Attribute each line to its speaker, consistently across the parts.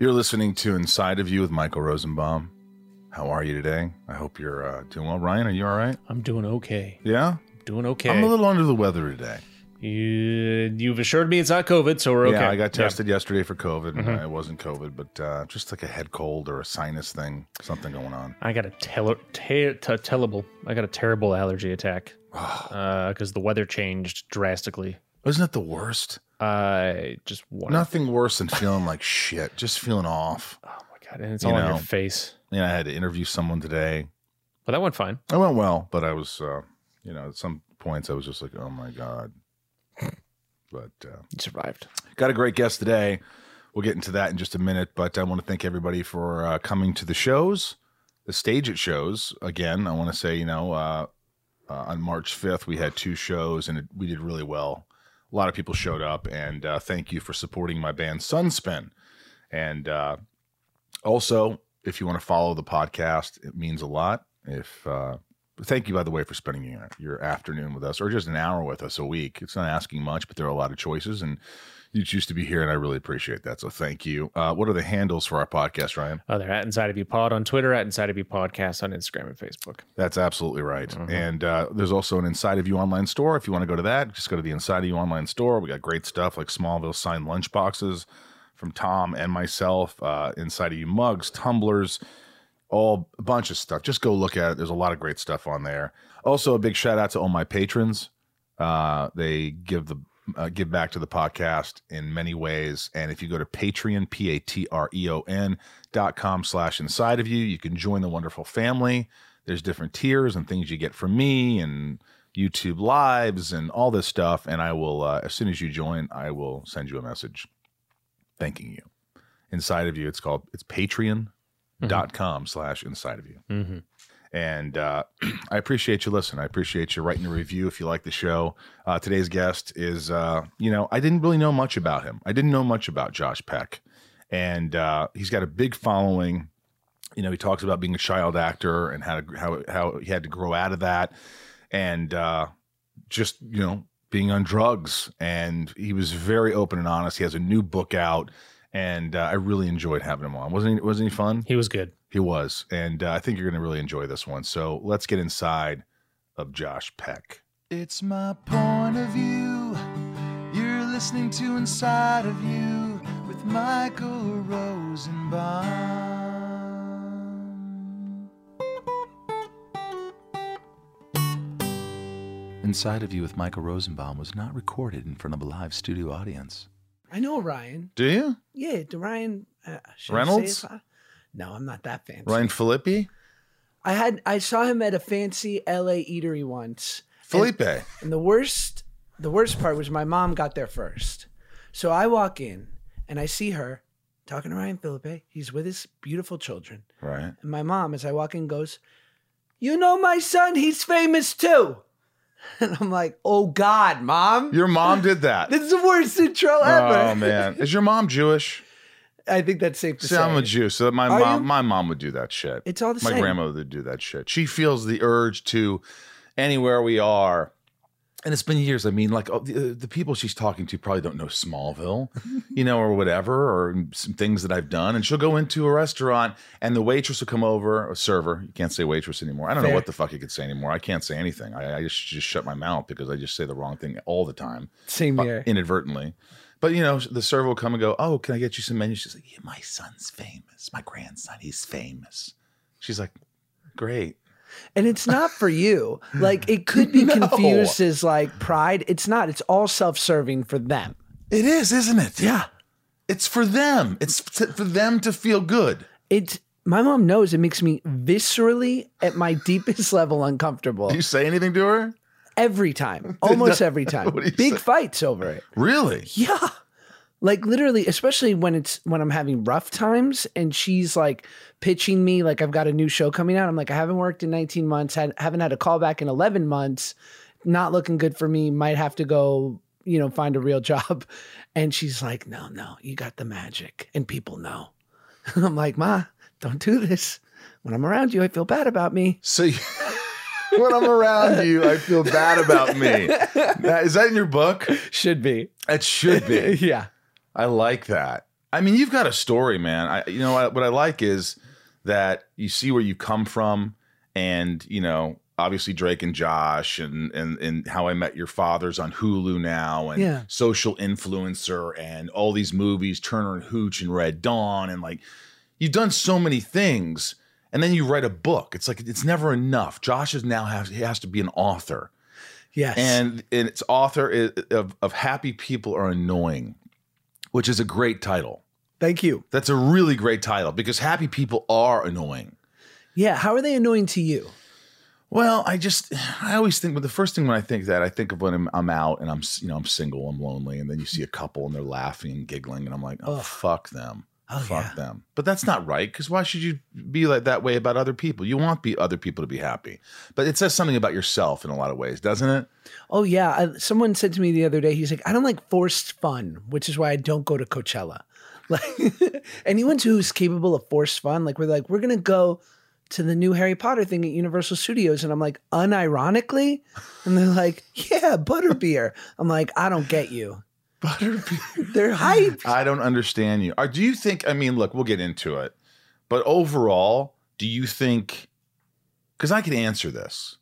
Speaker 1: You're listening to Inside of You with Michael Rosenbaum. How are you today? I hope you're uh, doing well. Ryan, are you all right?
Speaker 2: I'm doing okay.
Speaker 1: Yeah?
Speaker 2: Doing okay.
Speaker 1: I'm a little under the weather today.
Speaker 2: You, you've assured me it's not COVID, so we're okay. Mm-hmm.
Speaker 1: Yeah, I got tested yesterday for COVID, and it wasn't COVID, but uh, just like a head cold or a sinus thing, something going on.
Speaker 2: I got a tele- te- te- terrible. I got a terrible allergy attack because the weather changed drastically.
Speaker 1: Isn't it the worst?
Speaker 2: I just want.
Speaker 1: Nothing worse than feeling like shit, just feeling off.
Speaker 2: Oh my god! And it's
Speaker 1: You
Speaker 2: all on
Speaker 1: know.
Speaker 2: your face.
Speaker 1: You know, I had to interview someone today.
Speaker 2: But that went fine.
Speaker 1: I went well, but I was, uh, you know, at some points I was just like, oh my God. But uh,
Speaker 2: You survived.
Speaker 1: Got a great guest today. We'll get into that in just a minute, but I want to thank everybody for uh, coming to the shows, the stage at shows. Again, I want to say, you know, uh, uh, on March 5th, we had two shows and it, we did really well. A lot of people showed up, and uh, thank you for supporting my band Sunspin. And uh, also, if you want to follow the podcast, it means a lot. If uh, thank you, by the way, for spending your, your afternoon with us or just an hour with us a week. It's not asking much, but there are a lot of choices, and you choose to be here, and I really appreciate that. So thank you. Uh, what are the handles for our podcast, Ryan?
Speaker 2: Oh, they're at Inside of You Pod on Twitter, at Inside of You Podcast on Instagram and Facebook.
Speaker 1: That's absolutely right. And uh, there's also an Inside of You online store. If you want to go to that, just go to the Inside of You online store. We got great stuff like Smallville signed lunch boxes from Tom and myself, uh, Inside of You mugs, tumblers, all a bunch of stuff. Just go look at it. There's a lot of great stuff on there. Also, a big shout out to all my patrons. Uh, they give the uh, give back to the podcast in many ways. And if you go to Patreon, p a t r e o n dot com slash inside of you, you can join the wonderful family. There's different tiers and things you get from me and YouTube lives and all this stuff. And I will, uh, as soon as you join, I will send you a message thanking you. Inside of you, it's called it's Patreon dot com slash inside of you.
Speaker 2: Mm-hmm.
Speaker 1: And uh, I appreciate you listening. I appreciate you writing a review if you like the show. Uh, today's guest is, uh, you know, I didn't really know much about him. I didn't know much about Josh Peck. And uh, he's got a big following. You know, he talks about being a child actor and how, to, how, how he had to grow out of that. And uh, just, you know, being on drugs. And he was very open and honest. He has a new book out. And uh, I really enjoyed having him on. Wasn't he, wasn't he fun?
Speaker 2: He was good.
Speaker 1: He was. And uh, I think you're going to really enjoy this one. So let's get inside of Josh Peck.
Speaker 3: It's my point of view. You're listening to Inside of You with Michael Rosenbaum. Inside of You with Michael Rosenbaum was not recorded in front of a live studio audience.
Speaker 4: I know Ryan.
Speaker 1: Do you?
Speaker 4: Yeah, the Ryan uh, should I say
Speaker 1: Reynolds?
Speaker 4: his last- No, I'm not that fancy.
Speaker 1: Ryan Filippi?
Speaker 4: I had I saw him at a fancy LA eatery once,
Speaker 1: Felipe.
Speaker 4: and the worst the worst part was my mom got there first. So I walk in and I see her talking to Ryan Philippe. He's with his beautiful children,
Speaker 1: Right.
Speaker 4: and my mom, as I walk in, goes, "You know my son. He's famous too." And I'm like, "Oh God, mom."
Speaker 1: Your mom did that.
Speaker 4: this is the worst intro ever.
Speaker 1: Oh, man. Is your mom Jewish?
Speaker 4: I think that's safe to
Speaker 1: See,
Speaker 4: say.
Speaker 1: I'm a Jew. So my
Speaker 4: Are
Speaker 1: mom,
Speaker 4: you?
Speaker 1: my mom would do that shit.
Speaker 4: It's all the
Speaker 1: my
Speaker 4: same.
Speaker 1: grandmother would do that shit. She feels the urge to anywhere we are. And it's been years. I mean, like oh, the, the people she's talking to probably don't know Smallville, you know, or whatever, or some things that I've done. And she'll go into a restaurant, and the waitress will come over, or server. You can't say waitress anymore. I don't know
Speaker 4: Fair.
Speaker 1: what the fuck you could say anymore. I can't say anything. I, I just just shut my mouth because I just say the wrong thing all the time
Speaker 4: Same
Speaker 1: uh,
Speaker 4: here.
Speaker 1: inadvertently. But you know, the server will come and go, "Oh, can I get you some menu?" She's like, yeah, "My son's famous. My grandson, he's famous." She's like, "Great."
Speaker 4: And it's not for you. Like it could be
Speaker 1: No.
Speaker 4: confused as like pride. It's not. It's all self-serving for them.
Speaker 1: It is, isn't it? Yeah. It's for them. It's t- for them to feel good.
Speaker 4: It's my mom knows it makes me viscerally at my deepest level uncomfortable
Speaker 1: Do you say anything to her?
Speaker 4: every time, almost every time.
Speaker 1: What do you
Speaker 4: Big
Speaker 1: say?
Speaker 4: fights over it.
Speaker 1: Really?
Speaker 4: Yeah. Like literally, especially when it's when I'm having rough times and she's like pitching me like I've got a new show coming out. I'm like I haven't worked in 19 months, had, haven't had a call back in 11 months. Not looking good for me. Might have to go, you know, find a real job. And she's like, "No, no, you got the magic and people know." I'm like, "Ma, don't do this. When I'm around you, I feel bad about me."
Speaker 1: So you- when I'm around you, I feel bad about me. That, is that in your book?
Speaker 4: Should be.
Speaker 1: It should be.
Speaker 4: yeah.
Speaker 1: I like that. I mean, you've got a story, man. I, you know, I, what I like is that you see where you come from, and you know, obviously Drake and Josh, and and and how I met your father's on Hulu now, and
Speaker 4: Yeah.
Speaker 1: social influencer, and all these movies, Turner and Hooch, and Red Dawn, and like you've done so many things, and then you write a book. It's like it's never enough. Josh is now has he has to be an author
Speaker 4: Yes.
Speaker 1: and, and its author is, of, of Happy People Are Annoying, which is a great title.
Speaker 4: Thank you.
Speaker 1: That's a really great title because happy people are annoying.
Speaker 4: Yeah. How are they annoying to you?
Speaker 1: Well, I just I always think but the first thing when I think that I think of when I'm, I'm out and I'm s- you know I'm single, I'm lonely, and then you see a couple and they're laughing and giggling, and I'm like, oh
Speaker 4: Ugh.
Speaker 1: fuck them,
Speaker 4: Oh,
Speaker 1: fuck
Speaker 4: yeah.
Speaker 1: them. But that's not right because why should you be like that way about other people? You want be other people to be happy, but it says something about yourself in a lot of ways, doesn't it?
Speaker 4: Oh yeah. I, someone said to me the other day, he's like, I don't like forced fun, which is why I don't go to Coachella. Like anyone who's capable of forced fun, like we're like, we're gonna go to the new Harry Potter thing at Universal Studios, and I'm like, unironically, and they're like, yeah, butterbeer. I'm like, I don't get you. Butterbeer. they're hype.
Speaker 1: I don't understand you. Are, do you think? I mean, look, we'll get into it, but overall, do you think? Because I can answer this.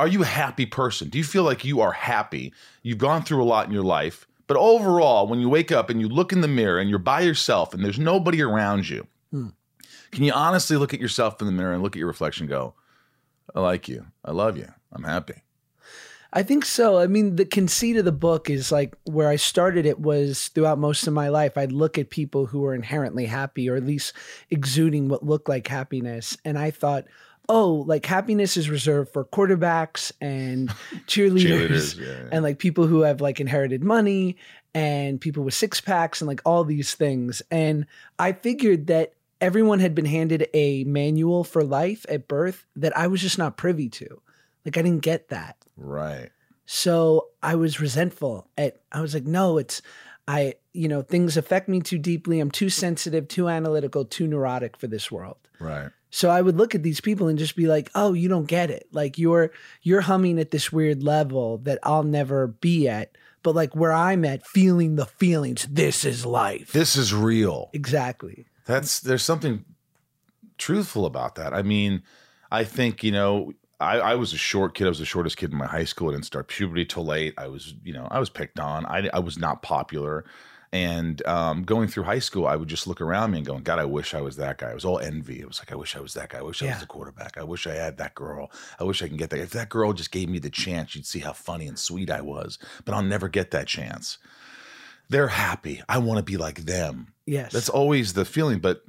Speaker 1: Are you a happy person? Do you feel like you are happy? You've gone through a lot in your life, but overall, when you wake up and you look in the mirror and you're by yourself and there's nobody around you,
Speaker 4: Hmm.
Speaker 1: can you honestly look at yourself in the mirror and look at your reflection and go, I like you. I love you. I'm happy.
Speaker 4: I think so. I mean, the conceit of the book is like where I started it was throughout most of my life, I'd look at people who were inherently happy or at least exuding what looked like happiness. And I thought, oh, like happiness is reserved for quarterbacks and cheerleaders
Speaker 1: Cheerleaders. yeah, yeah.
Speaker 4: and like people who have like inherited money and people with six packs and like all these things. And I figured that everyone had been handed a manual for life at birth that I was just not privy to. Like I didn't get that.
Speaker 1: Right.
Speaker 4: So I was resentful at I was like, no, it's I, you know, things affect me too deeply. I'm too sensitive, too analytical, too neurotic for this world.
Speaker 1: Right.
Speaker 4: So I would look at these people and just be like, "Oh, you don't get it. Like you're you're humming at this weird level that I'll never be at, but like where I'm at, feeling the feelings. This is life."
Speaker 1: This is real.
Speaker 4: exactly.
Speaker 1: That's there's something truthful about that. I mean, I think you know, I, I was a short kid. I was the shortest kid in my high school. I didn't start puberty till late. I was, you know, I was picked on. I I was not popular. And um, going through high school, I would just look around me and going, God, I wish I was that guy. It was all envy. It was like, I wish I was that guy. I wish I
Speaker 4: Yeah.
Speaker 1: was the quarterback. I wish I had that girl. I wish I can get that. If that girl just gave me the chance, you'd see how funny and sweet I was. But I'll never get that chance. They're happy. I want to be like them.
Speaker 4: Yes.
Speaker 1: That's always the feeling, but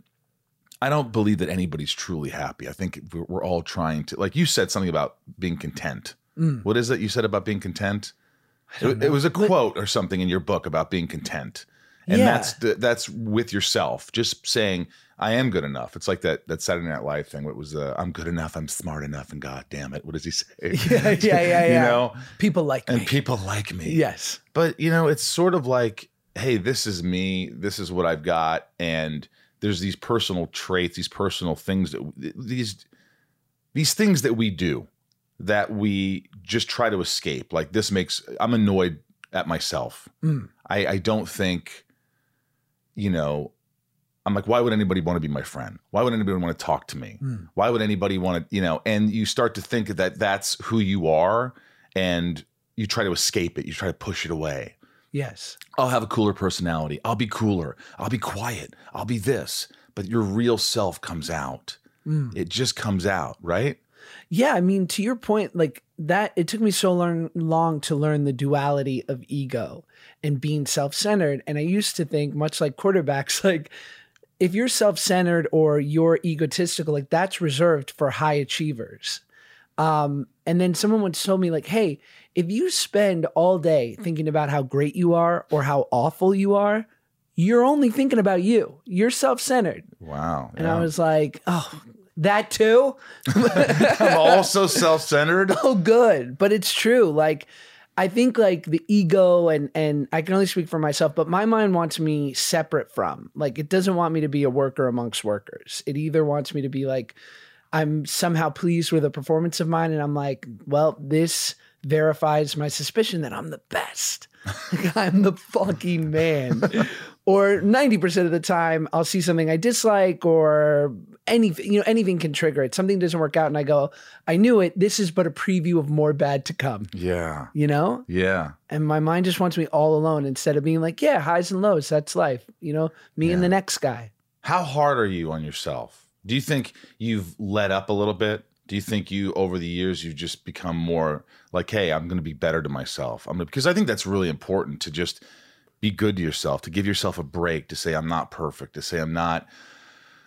Speaker 1: I don't believe that anybody's truly happy. I think we're, we're all trying to, like you said something about being content.
Speaker 4: Mm.
Speaker 1: What is it you said about being content?
Speaker 4: don't
Speaker 1: It, it
Speaker 4: know.
Speaker 1: was a quote or something in your book about being content, and
Speaker 4: Yeah.
Speaker 1: that's the, that's with yourself. Just saying, I am good enough. It's like that that Saturday Night Live thing. What was the I'm good enough, I'm smart enough, and God damn it, what does he say?
Speaker 4: Yeah, yeah, yeah,
Speaker 1: You
Speaker 4: yeah.
Speaker 1: know,
Speaker 4: people like
Speaker 1: and
Speaker 4: me.
Speaker 1: people like me
Speaker 4: yes.
Speaker 1: but you know it's sort of like hey this is me this is what i've got and there's these personal traits these personal things that these these things that we do that we just try to escape like this makes i'm annoyed at myself
Speaker 4: Mm.
Speaker 1: i i don't think you know i'm like why would anybody want to be my friend why would anybody want to talk to me
Speaker 4: Mm.
Speaker 1: why would anybody want to you know and you start to think that that's who you are and you try to escape it you try to push it away
Speaker 4: Yes.
Speaker 1: I'll have a cooler personality. I'll be cooler. I'll be quiet. I'll be this. But your real self comes out.
Speaker 4: Mm.
Speaker 1: It just comes out, right?
Speaker 4: Yeah, I mean, to your point, like that, it took me so long, long to learn the duality of ego and being self centered. And I used to think, much like quarterbacks, like if you're self centered or you're egotistical, like that's reserved for high achievers. Um, and then someone would tell me, like, hey, if you spend all day thinking about how great you are or how awful you are, you're only thinking about you. You're self centered.
Speaker 1: Wow.
Speaker 4: And I was like, oh, that too?
Speaker 1: I'm also self centered.
Speaker 4: oh good but it's true like i think like the ego and and i can only speak for myself but my mind wants me separate from like it doesn't want me to be a worker amongst workers it either wants me to be like i'm somehow pleased with a performance of mine and i'm like well this verifies my suspicion that i'm the best like i'm the fucking man or 90% of the time i'll see something i dislike or anything you know anything can trigger it something doesn't work out and i go I knew it. This is but a preview of more bad to come,
Speaker 1: Yeah.
Speaker 4: you know?
Speaker 1: Yeah.
Speaker 4: And my mind just wants me all alone instead of being like, yeah, highs and lows, that's life, you know? Me and
Speaker 1: Yeah.
Speaker 4: the next guy.
Speaker 1: How hard are you on yourself? Do you think you've let up a little bit? Do you think you over the years you've just become more like, hey, I'm going to be better to myself? I'm gonna, because I think that's really important to just be good to yourself, to give yourself a break, to say I'm not perfect, to say I'm not,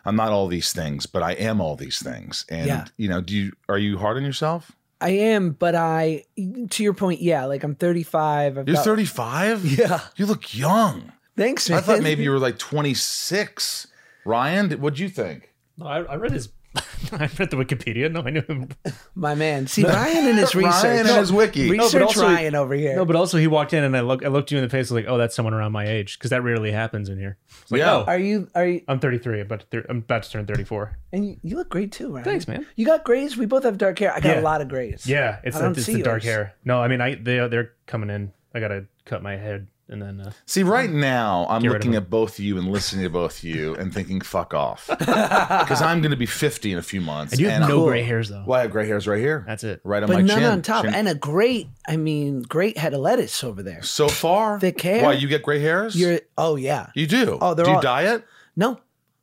Speaker 1: I'm not all these things, but I am all these things. And
Speaker 4: Yeah.
Speaker 1: you know, do you are you hard on yourself?
Speaker 4: I am, but I, to your point, yeah, like I'm 35. I've
Speaker 1: You're
Speaker 4: got-
Speaker 1: 35.
Speaker 4: Yeah.
Speaker 1: you look young.
Speaker 4: Thanks, man.
Speaker 1: I thought maybe you were like 26. Ryan, what'd you think?
Speaker 2: No, I, I read his. I read the Wikipedia. No, I knew him.
Speaker 4: My man. See, Ryan and his research.
Speaker 1: Ryan and his wiki.
Speaker 2: but
Speaker 4: Research
Speaker 2: also-
Speaker 4: Ryan over here.
Speaker 2: No, but also he walked in and I look. I looked you in the face. Like, oh, that's someone around my age because that rarely happens in here. It's like,
Speaker 1: Yeah.
Speaker 2: oh,
Speaker 4: are you, are you,
Speaker 2: I'm 33. About to thir- I'm about to turn 34.
Speaker 4: and you, you look great too, Ryan.
Speaker 2: Thanks, man.
Speaker 4: You got grays? We both have dark hair. I got
Speaker 2: Yeah.
Speaker 4: a lot of grays.
Speaker 2: Yeah, it's,
Speaker 4: I don't
Speaker 2: it's,
Speaker 4: see
Speaker 2: the dark
Speaker 4: yours.
Speaker 2: hair. No, I mean I they they're coming in. I gotta cut my head and then uh,
Speaker 1: See, right now, I'm
Speaker 2: Get rid of
Speaker 1: looking
Speaker 2: him.
Speaker 1: at both you and listening to both you and thinking, fuck off. Because I'm going to be 50 in a few months.
Speaker 2: I do have
Speaker 1: and
Speaker 2: no
Speaker 1: I'm-
Speaker 2: gray hairs though.
Speaker 1: Well, I have gray hairs right here.
Speaker 2: That's it.
Speaker 1: Right on
Speaker 4: But
Speaker 1: my
Speaker 4: none
Speaker 1: chin.
Speaker 4: on top.
Speaker 1: Chin-
Speaker 4: And a great, I mean, great head of lettuce over there.
Speaker 1: so far,
Speaker 4: Thick hair.
Speaker 1: Why, you get gray hairs?
Speaker 4: You're, oh, yeah.
Speaker 1: you do.
Speaker 4: Oh, they're
Speaker 1: do you
Speaker 4: all-
Speaker 1: diet?
Speaker 4: No,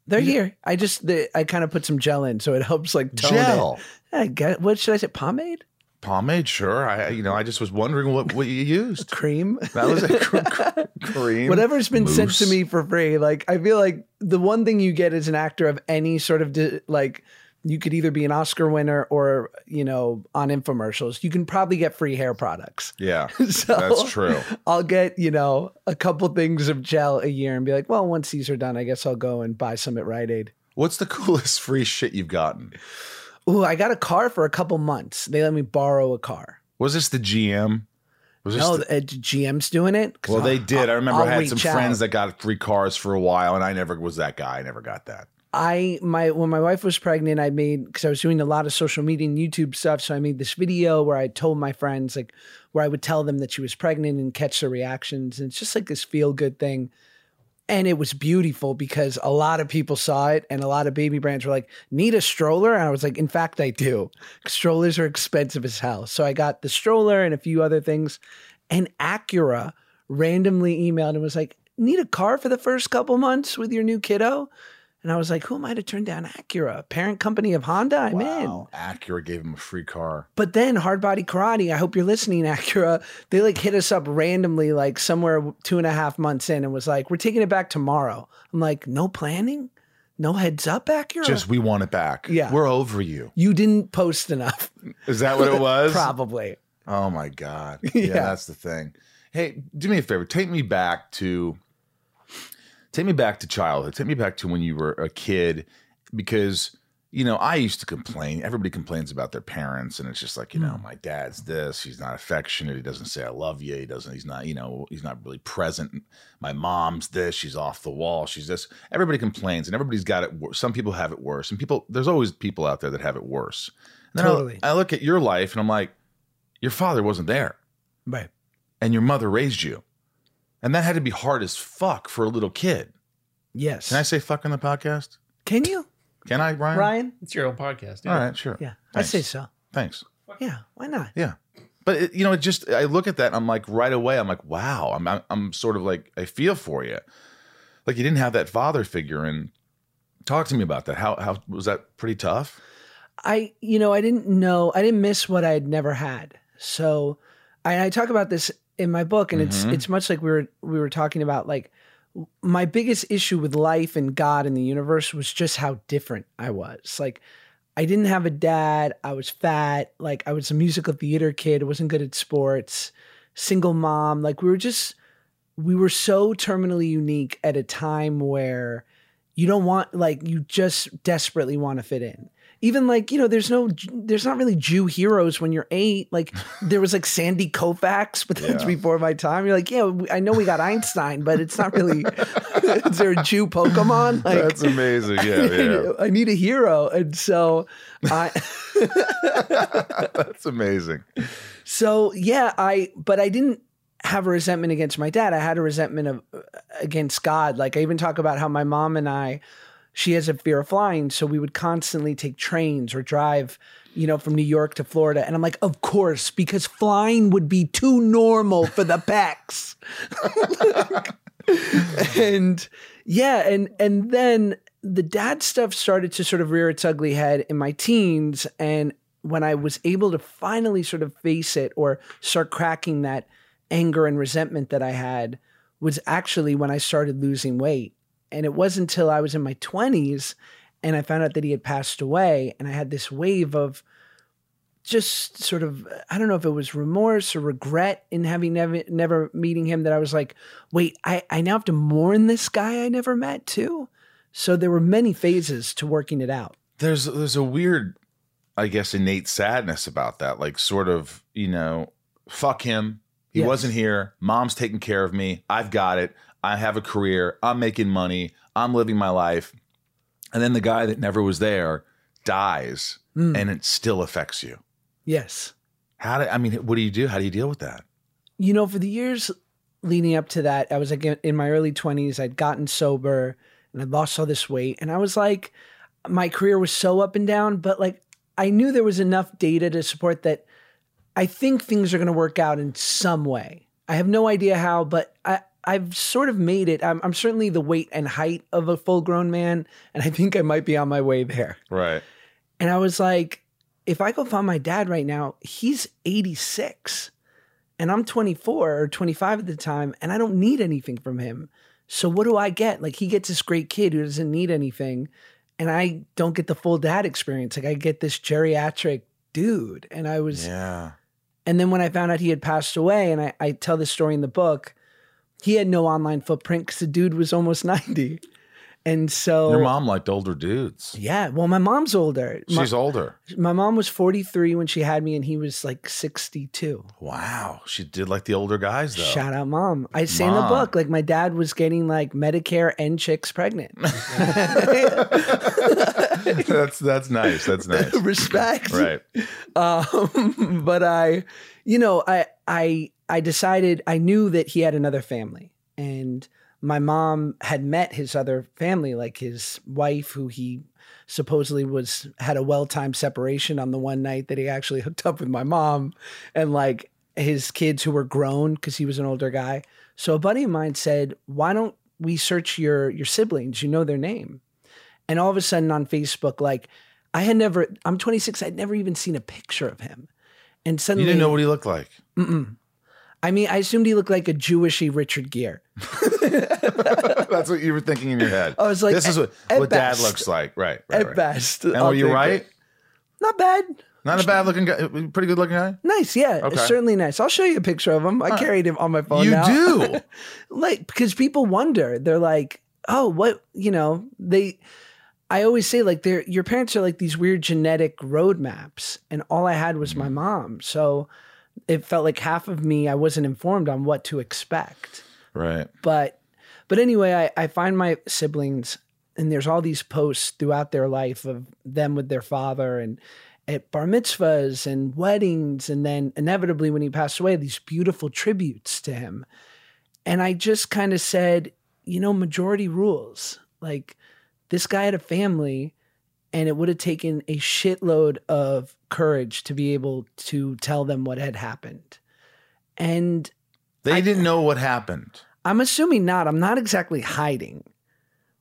Speaker 4: they're here. I just the, I kind of put some gel in, so it helps like tone
Speaker 1: Gel.
Speaker 4: It. I get what should I say? Pomade,
Speaker 1: Pomade, sure. I, you know, I just was wondering what, what you used.
Speaker 4: cream,
Speaker 1: That was a cr- cr- cream.
Speaker 4: whatever's been sent to
Speaker 1: Mousse.
Speaker 4: me for free. Like I feel like the one thing you get as an actor of any sort of di- like you could either be an Oscar winner or you know on infomercials. You can probably get free hair products.
Speaker 1: Yeah,
Speaker 4: So
Speaker 1: that's true.
Speaker 4: I'll get you know a couple things of gel a year and be like, well, once these are done, I guess I'll go and buy some at Rite Aid.
Speaker 1: What's the coolest free shit you've gotten?
Speaker 4: Ooh, I got a car for a couple months. They let me borrow a car.
Speaker 1: Was this the GM? Was this
Speaker 4: No,
Speaker 1: the-
Speaker 4: the, uh, GM's doing it. 'Cause
Speaker 1: Well, they
Speaker 4: I'll-
Speaker 1: did. I remember
Speaker 4: I'll
Speaker 1: I had some
Speaker 4: reach out.
Speaker 1: friends that got free cars for a while, and I never was that guy. I never got that.
Speaker 4: I my when my wife was pregnant, I made because I was doing a lot of social media and YouTube stuff. So I made this video where I told my friends like where I would tell them that she was pregnant and catch their reactions, and it's just like this feel good thing. And it was beautiful because a lot of people saw it, and a lot of baby brands were like, "Need a stroller?" And I was like, "In fact, I do. Strollers are expensive as hell." So I got the stroller and a few other things, and Acura randomly emailed and was like, "Need a car for the first couple months with your new kiddo?" And I was like, who am I to turn down Acura, parent company of Honda? I'm in.
Speaker 1: Acura gave him a free car.
Speaker 4: But then Hard Body Karate, I hope you're listening, Acura, they like hit us up randomly, like somewhere two and a half months in and was like, we're taking it back tomorrow. I'm like, no planning? No heads up, Acura?
Speaker 1: Just we want it back.
Speaker 4: Yeah.
Speaker 1: we're over you.
Speaker 4: you didn't post enough,
Speaker 1: Is that what it was?
Speaker 4: probably.
Speaker 1: Oh my god. Yeah,
Speaker 4: Yeah.
Speaker 1: that's the thing. Hey, do me a favor. Take me back to take me back to childhood. Take me back to when you were a kid because you know, I used to complain. Everybody complains about their parents and it's just like, you
Speaker 4: Hmm.
Speaker 1: know, my dad's this, he's not affectionate, he doesn't say I love you, he doesn't he's not, you know, he's not really present. My mom's this, she's off the wall, she's this. Everybody complains and everybody's got it wor- some people have it worse. And people there's always people out there that have it worse. And then I-
Speaker 4: Totally.
Speaker 1: I look at your life and I'm like, your father wasn't there
Speaker 4: Right.
Speaker 1: and your mother raised you. And that had to be hard as fuck for a little kid.
Speaker 4: Yes.
Speaker 1: Can I say fuck on the podcast?
Speaker 4: Can you,
Speaker 1: Can I, Ryan?
Speaker 4: Ryan?
Speaker 2: It's your own podcast.
Speaker 1: All right, sure.
Speaker 4: Yeah,
Speaker 1: Thanks.
Speaker 4: I say so.
Speaker 1: Thanks.
Speaker 4: Yeah, why not?
Speaker 1: But it, you know, it just I look at that and I'm like right away I'm like, wow, I'm I'm, I'm sort of like I feel for you. Like you didn't have that father figure and talk to me about that. How how was that pretty tough?
Speaker 4: I, you know, I didn't know, I didn't miss what I had never had. So I, I talk about this in my book, and it's
Speaker 1: Mhm.
Speaker 4: it's much like we were we were talking about like w- my biggest issue with life and God and the universe was just how different I was. Like I didn't have a dad. I was fat. Like I was a musical theater kid. wasn't good at sports. Single mom. Like we were just we were so terminally unique at a time where you don't want like you just desperately want to fit in. Even like you know, there's no, there's not really Jew heroes when you're eight. Like there was like Sandy Koufax, but that's
Speaker 1: Yeah.
Speaker 4: before my time. You're like, yeah, we- I know we got Einstein, but it's not really. is there a Jew Pokemon? Like,
Speaker 1: That's amazing. Yeah, yeah.
Speaker 4: I need a hero, and so I.
Speaker 1: That's amazing.
Speaker 4: So yeah, I but I didn't have a resentment against my dad. I had a resentment of uh, against God. Like I even talk about how my mom and I she has a fear of flying, so we would constantly take trains or drive, you know, from New York to Florida. And I'm like, of course, because flying would be too normal for the pecs. and yeah, and and then the dad stuff started to sort of rear its ugly head in my teens and when I was able to finally sort of face it or start cracking that anger and resentment that I had was actually when I started losing weight. And it wasn't until I was in my 20s and I found out that he had passed away. And I had this wave of just sort of, I don't know if it was remorse or regret in having never, never meeting him that I was like, wait, I, I now have to mourn this guy I never met too. So there were many phases to working it out.
Speaker 1: there's there's a weird i guess innate sadness about that like sort of you know fuck him he
Speaker 4: Yes.
Speaker 1: wasn't here mom's taking care of me i've got it i have a career i'm making money i'm living my life and then the guy that never was there dies
Speaker 4: Mm,
Speaker 1: and it still affects you
Speaker 4: yes.
Speaker 1: how do i mean what do you do how do you deal with that
Speaker 4: you know, for the years leading up to that, I was like in my early 20s, I'd gotten sober and I'd lost all this weight. And I was like, my career was so up and down, but like I knew there was enough data to support that I think things are going to work out in some way. I have no idea how, but I, I've sort of made it. I'm, I'm certainly the weight and height of a full grown man, and I think I might be on my way there.
Speaker 1: right
Speaker 4: And I was like, if I go find my dad right now, he's 86 and I'm 24 or 25 at the time, and I don't need anything from him. So what do I get? Like, he gets this great kid who doesn't need anything, and I don't get the full dad experience. Like, I get this geriatric dude. And I was,
Speaker 1: yeah
Speaker 4: and then when I found out he had passed away, and I, I tell this story in the book, he had no online footprint because the dude was almost 90. And so,
Speaker 1: your mom liked older dudes
Speaker 4: yeah, well, my mom's older. My-
Speaker 1: she's older
Speaker 4: my mom was 43 when she had me, and he was like 62.
Speaker 1: wow she did like the older guys though
Speaker 4: Shout out, mom. I say in the
Speaker 1: Mom.
Speaker 4: book, like, my dad was getting like Medicare and chicks pregnant.
Speaker 1: that's that's nice that's nice
Speaker 4: Respect.
Speaker 1: right
Speaker 4: Um, but I, you know, I, I, I decided I knew that he had another family, and my mom had met his other family, like his wife, who he supposedly was had a well-timed separation on the one night that he actually hooked up with my mom, and like his kids who were grown because he was an older guy. So a buddy of mine said, "Why don't we search your your siblings? You know their name." And all of a sudden on Facebook, like I had never, I'm 26, I'd never even seen a picture of him.
Speaker 1: you
Speaker 4: And suddenly,
Speaker 1: didn't know what he looked like
Speaker 4: Mm-mm. I mean, I assumed he looked like a Jewishy Richard Gere.
Speaker 1: That's what you were thinking in your head.
Speaker 4: I was like,
Speaker 1: this is what,
Speaker 4: at
Speaker 1: what dad
Speaker 4: best-
Speaker 1: looks like. Right. right,
Speaker 4: at
Speaker 1: right.
Speaker 4: best.
Speaker 1: And
Speaker 4: I'll
Speaker 1: were you
Speaker 4: take
Speaker 1: right?
Speaker 4: it. Not bad.
Speaker 1: Not a bad looking guy. Pretty good looking guy.
Speaker 4: Nice, yeah,
Speaker 1: Okay.
Speaker 4: certainly nice. I'll show you a picture of him. I
Speaker 1: Huh.
Speaker 4: carried him on my phone.
Speaker 1: you
Speaker 4: now.
Speaker 1: do.
Speaker 4: like because people wonder they're like oh what you know they i always say like they're your parents are like these weird genetic roadmaps and all i had was
Speaker 1: Mm-hmm.
Speaker 4: my mom so it felt like half of me i wasn't informed on what to expect
Speaker 1: right.
Speaker 4: but but anyway I, I find my siblings and there's all these posts throughout their life of them with their father and at bar mitzvahs and weddings and then inevitably when he passed away these beautiful tributes to him and i just kind of said you know majority rules like this guy had a family and it would have taken a shitload of courage to be able to tell them what had happened and
Speaker 1: They
Speaker 4: I-
Speaker 1: didn't know what happened.
Speaker 4: I'm assuming not. I'm not exactly hiding,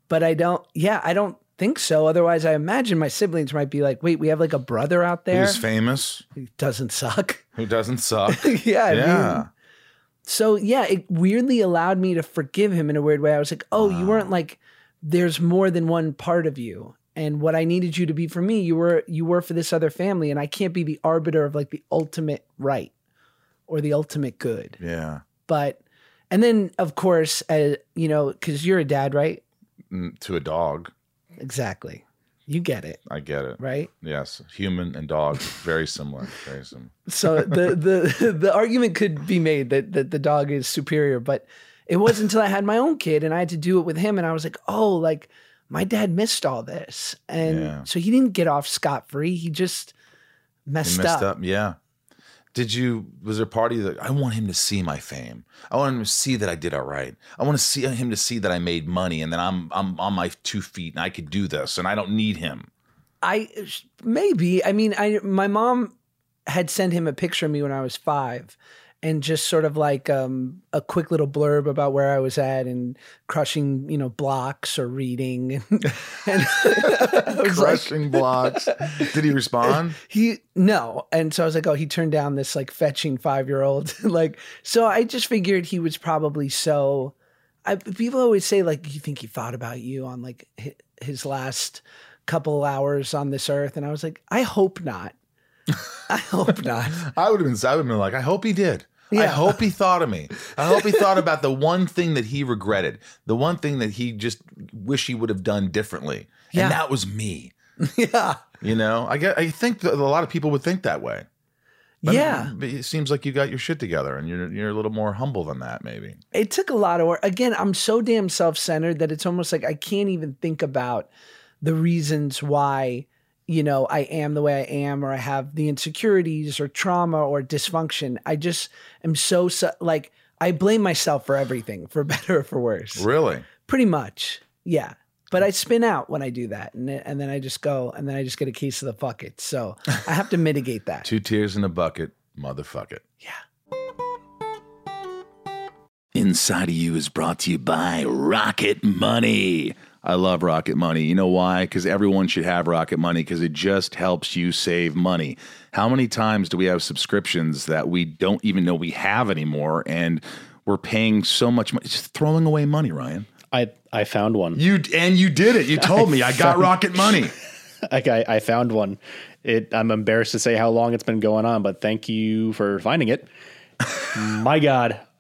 Speaker 4: but I don't. Yeah, I don't think so. Otherwise, I imagine my siblings might be like, "Wait, we have like a brother out there
Speaker 1: Who's famous?
Speaker 4: who doesn't suck."
Speaker 1: Who doesn't suck?
Speaker 4: yeah, I mean-
Speaker 1: yeah.
Speaker 4: so yeah, it weirdly allowed me to forgive him in a weird way. I was like, "Oh, you
Speaker 1: Wow.
Speaker 4: weren't like there's more than one part of you." and what I needed you to be for me, you were you were for this other family, and I can't be the arbiter of like the ultimate right or the ultimate good.
Speaker 1: Yeah.
Speaker 4: But and then of course, uh, you know, because you're a dad, right?
Speaker 1: Mm, To a dog.
Speaker 4: Exactly. You get it,
Speaker 1: I get it.
Speaker 4: right?
Speaker 1: Yes. Human and dog. Very similar. Very similar.
Speaker 4: So the the the argument could be made that that the dog is superior, but it wasn't until I had my own kid and I had to do it with him, and I was like, oh, like my dad missed all this, and
Speaker 1: Yeah.
Speaker 4: so he didn't get off scot free. He just
Speaker 1: He
Speaker 4: messed,
Speaker 1: messed up.
Speaker 4: up.
Speaker 1: Yeah. Did you? Was there a party that I want him to see my fame? I want him to see that I did all right. I want to see him to see that I made money and that I'm I'm on my two feet and I could do this and I don't need him.
Speaker 4: I maybe. I mean, I my mom had sent him a picture of me when I was five, and just sort of like um, a quick little blurb about where I was at and crushing, you know, blocks or reading. And, I was like-
Speaker 1: Crushing blocks. Did he respond?
Speaker 4: he no and so i was like oh he turned down this like fetching five year old like so i just figured he was probably so I, people always say like you think he thought about you on like hi- his last couple hours on this earth and i was like i hope not i hope not
Speaker 1: I would have been. I would have been like, I hope he did. I
Speaker 4: Yeah.
Speaker 1: hope he thought of me. I hope he thought about the one thing that he regretted, the one thing that he just wish he would have done differently,
Speaker 4: Yeah.
Speaker 1: and that was me.
Speaker 4: yeah
Speaker 1: You know, I get. I think that a lot of people would think that way. But
Speaker 4: yeah
Speaker 1: but it seems like you got your shit together, and you're you're a little more humble than that, maybe.
Speaker 4: it took a lot of work. Again, I'm so damn self centered that it's almost like I can't even think about the reasons why, you know, I am the way I am, or I have the insecurities, or trauma, or dysfunction. I just am so, so like, I blame myself for everything, for better or for worse.
Speaker 1: Really?
Speaker 4: Pretty much. Yeah. But I spin out when I do that. And, then- and then I just go, and then I just get a case of the fuck it. So I have to mitigate that.
Speaker 1: Two tears in a bucket, motherfuck it.
Speaker 4: Yeah.
Speaker 1: Inside of You is brought to you by Rocket Money. I love Rocket Money. You know why? Because everyone should have Rocket Money because it just helps you save money. How many times do we have subscriptions that we don't even know we have anymore and we're paying so much money? It's just throwing away money, Ryan.
Speaker 5: I I found one.
Speaker 1: You and you did it. You told me I got Rocket Money.
Speaker 5: Like I, I found one. It I'm embarrassed to say how long it's been going on, but thank you for finding it. My God,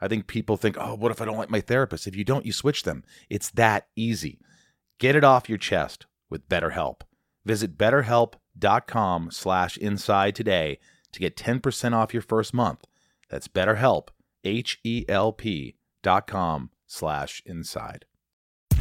Speaker 1: I think people think, oh, what if I don't like my therapist? If you don't, you switch them. It's that easy. Get it off your chest with BetterHelp. Visit betterhelp.com slash inside today to get 10% off your first month. That's betterhelp, H-E-L-P dot com slash inside.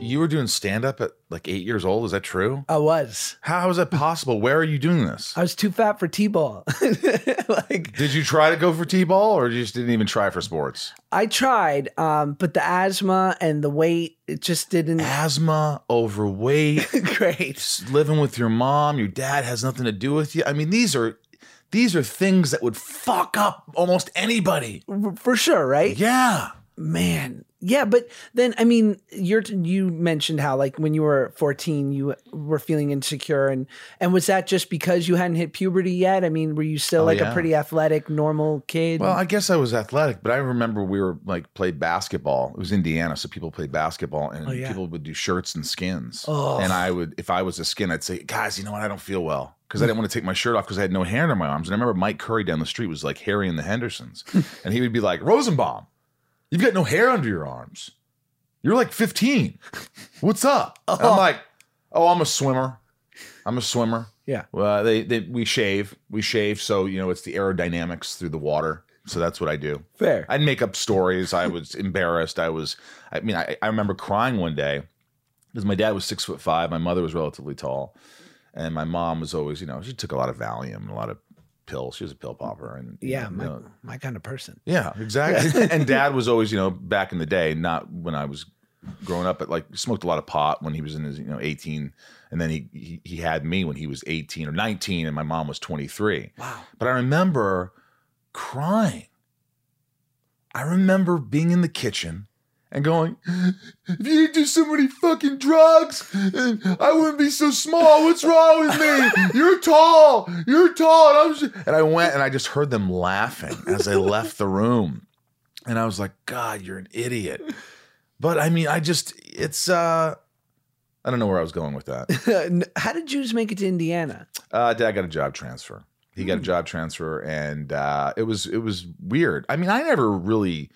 Speaker 1: You were doing stand-up at like eight years old, is that true?
Speaker 4: I was.
Speaker 1: How is that possible? Where are you doing this?
Speaker 4: I was too fat for T-ball. like
Speaker 1: Did you try to go for T-ball or you just didn't even try for sports?
Speaker 4: I tried, um, but the asthma and the weight, it just didn't
Speaker 1: Asthma, overweight,
Speaker 4: great.
Speaker 1: s- living with your mom, your dad has nothing to do with you. I mean, these are these are things that would fuck up almost anybody.
Speaker 4: For sure, right?
Speaker 1: Yeah.
Speaker 4: Man. Yeah, but then I mean, you're you mentioned how like when you were 14, you were feeling insecure and and was that just because you hadn't hit puberty yet? I mean, were you still
Speaker 1: Oh,
Speaker 4: like
Speaker 1: yeah.
Speaker 4: a pretty athletic normal kid?
Speaker 1: Well, I guess I was athletic, but I remember we were like played basketball. It was Indiana, so people played basketball, and
Speaker 4: Oh, yeah.
Speaker 1: people would do shirts and skins.
Speaker 4: Oh.
Speaker 1: And I would, if I was a skin, I'd say, guys, you know what? I don't feel well because I didn't want to take my shirt off because I had no hair under my arms. And I remember Mike Curry down the street was like Harry and the Hendersons, and he would be like, Rosenbaum, you've got no hair under your arms. You're like 15. What's up? And I'm like, oh, I'm a swimmer. I'm a swimmer.
Speaker 4: Yeah.
Speaker 1: Well, they, they we shave, we shave, so you know it's the aerodynamics through the water. So that's what I do.
Speaker 4: Fair.
Speaker 1: I'd make up stories. I was embarrassed. I was. I mean, I, I remember crying one day because my dad was six foot five. My mother was relatively tall, and my mom was always, you know, she took a lot of Valium and a lot of pills. She was a pill popper, and you
Speaker 4: yeah,
Speaker 1: know,
Speaker 4: my,
Speaker 1: you know,
Speaker 4: my kind of person.
Speaker 1: yeah, exactly. and dad was always, you know, back in the day, not when I was growing up, but like smoked a lot of pot when he was in his, you know, 18. And then he, he, he had me when he was 18 or 19 and my mom was 23. Wow. But I remember crying. I remember being in the kitchen and going, if you didn't do so many fucking drugs, and I wouldn't be so small. What's wrong with me? You're tall. You're tall. And, I was and I went and I just heard them laughing as I left the room. And I was like, God, you're an idiot. But I mean, I just, it's, uh, I don't know where I was going with that.
Speaker 4: How did Jews make it to Indiana?
Speaker 1: Uh, Dad got a job transfer. He got a job transfer, and uh, it was it was weird. I mean, I never really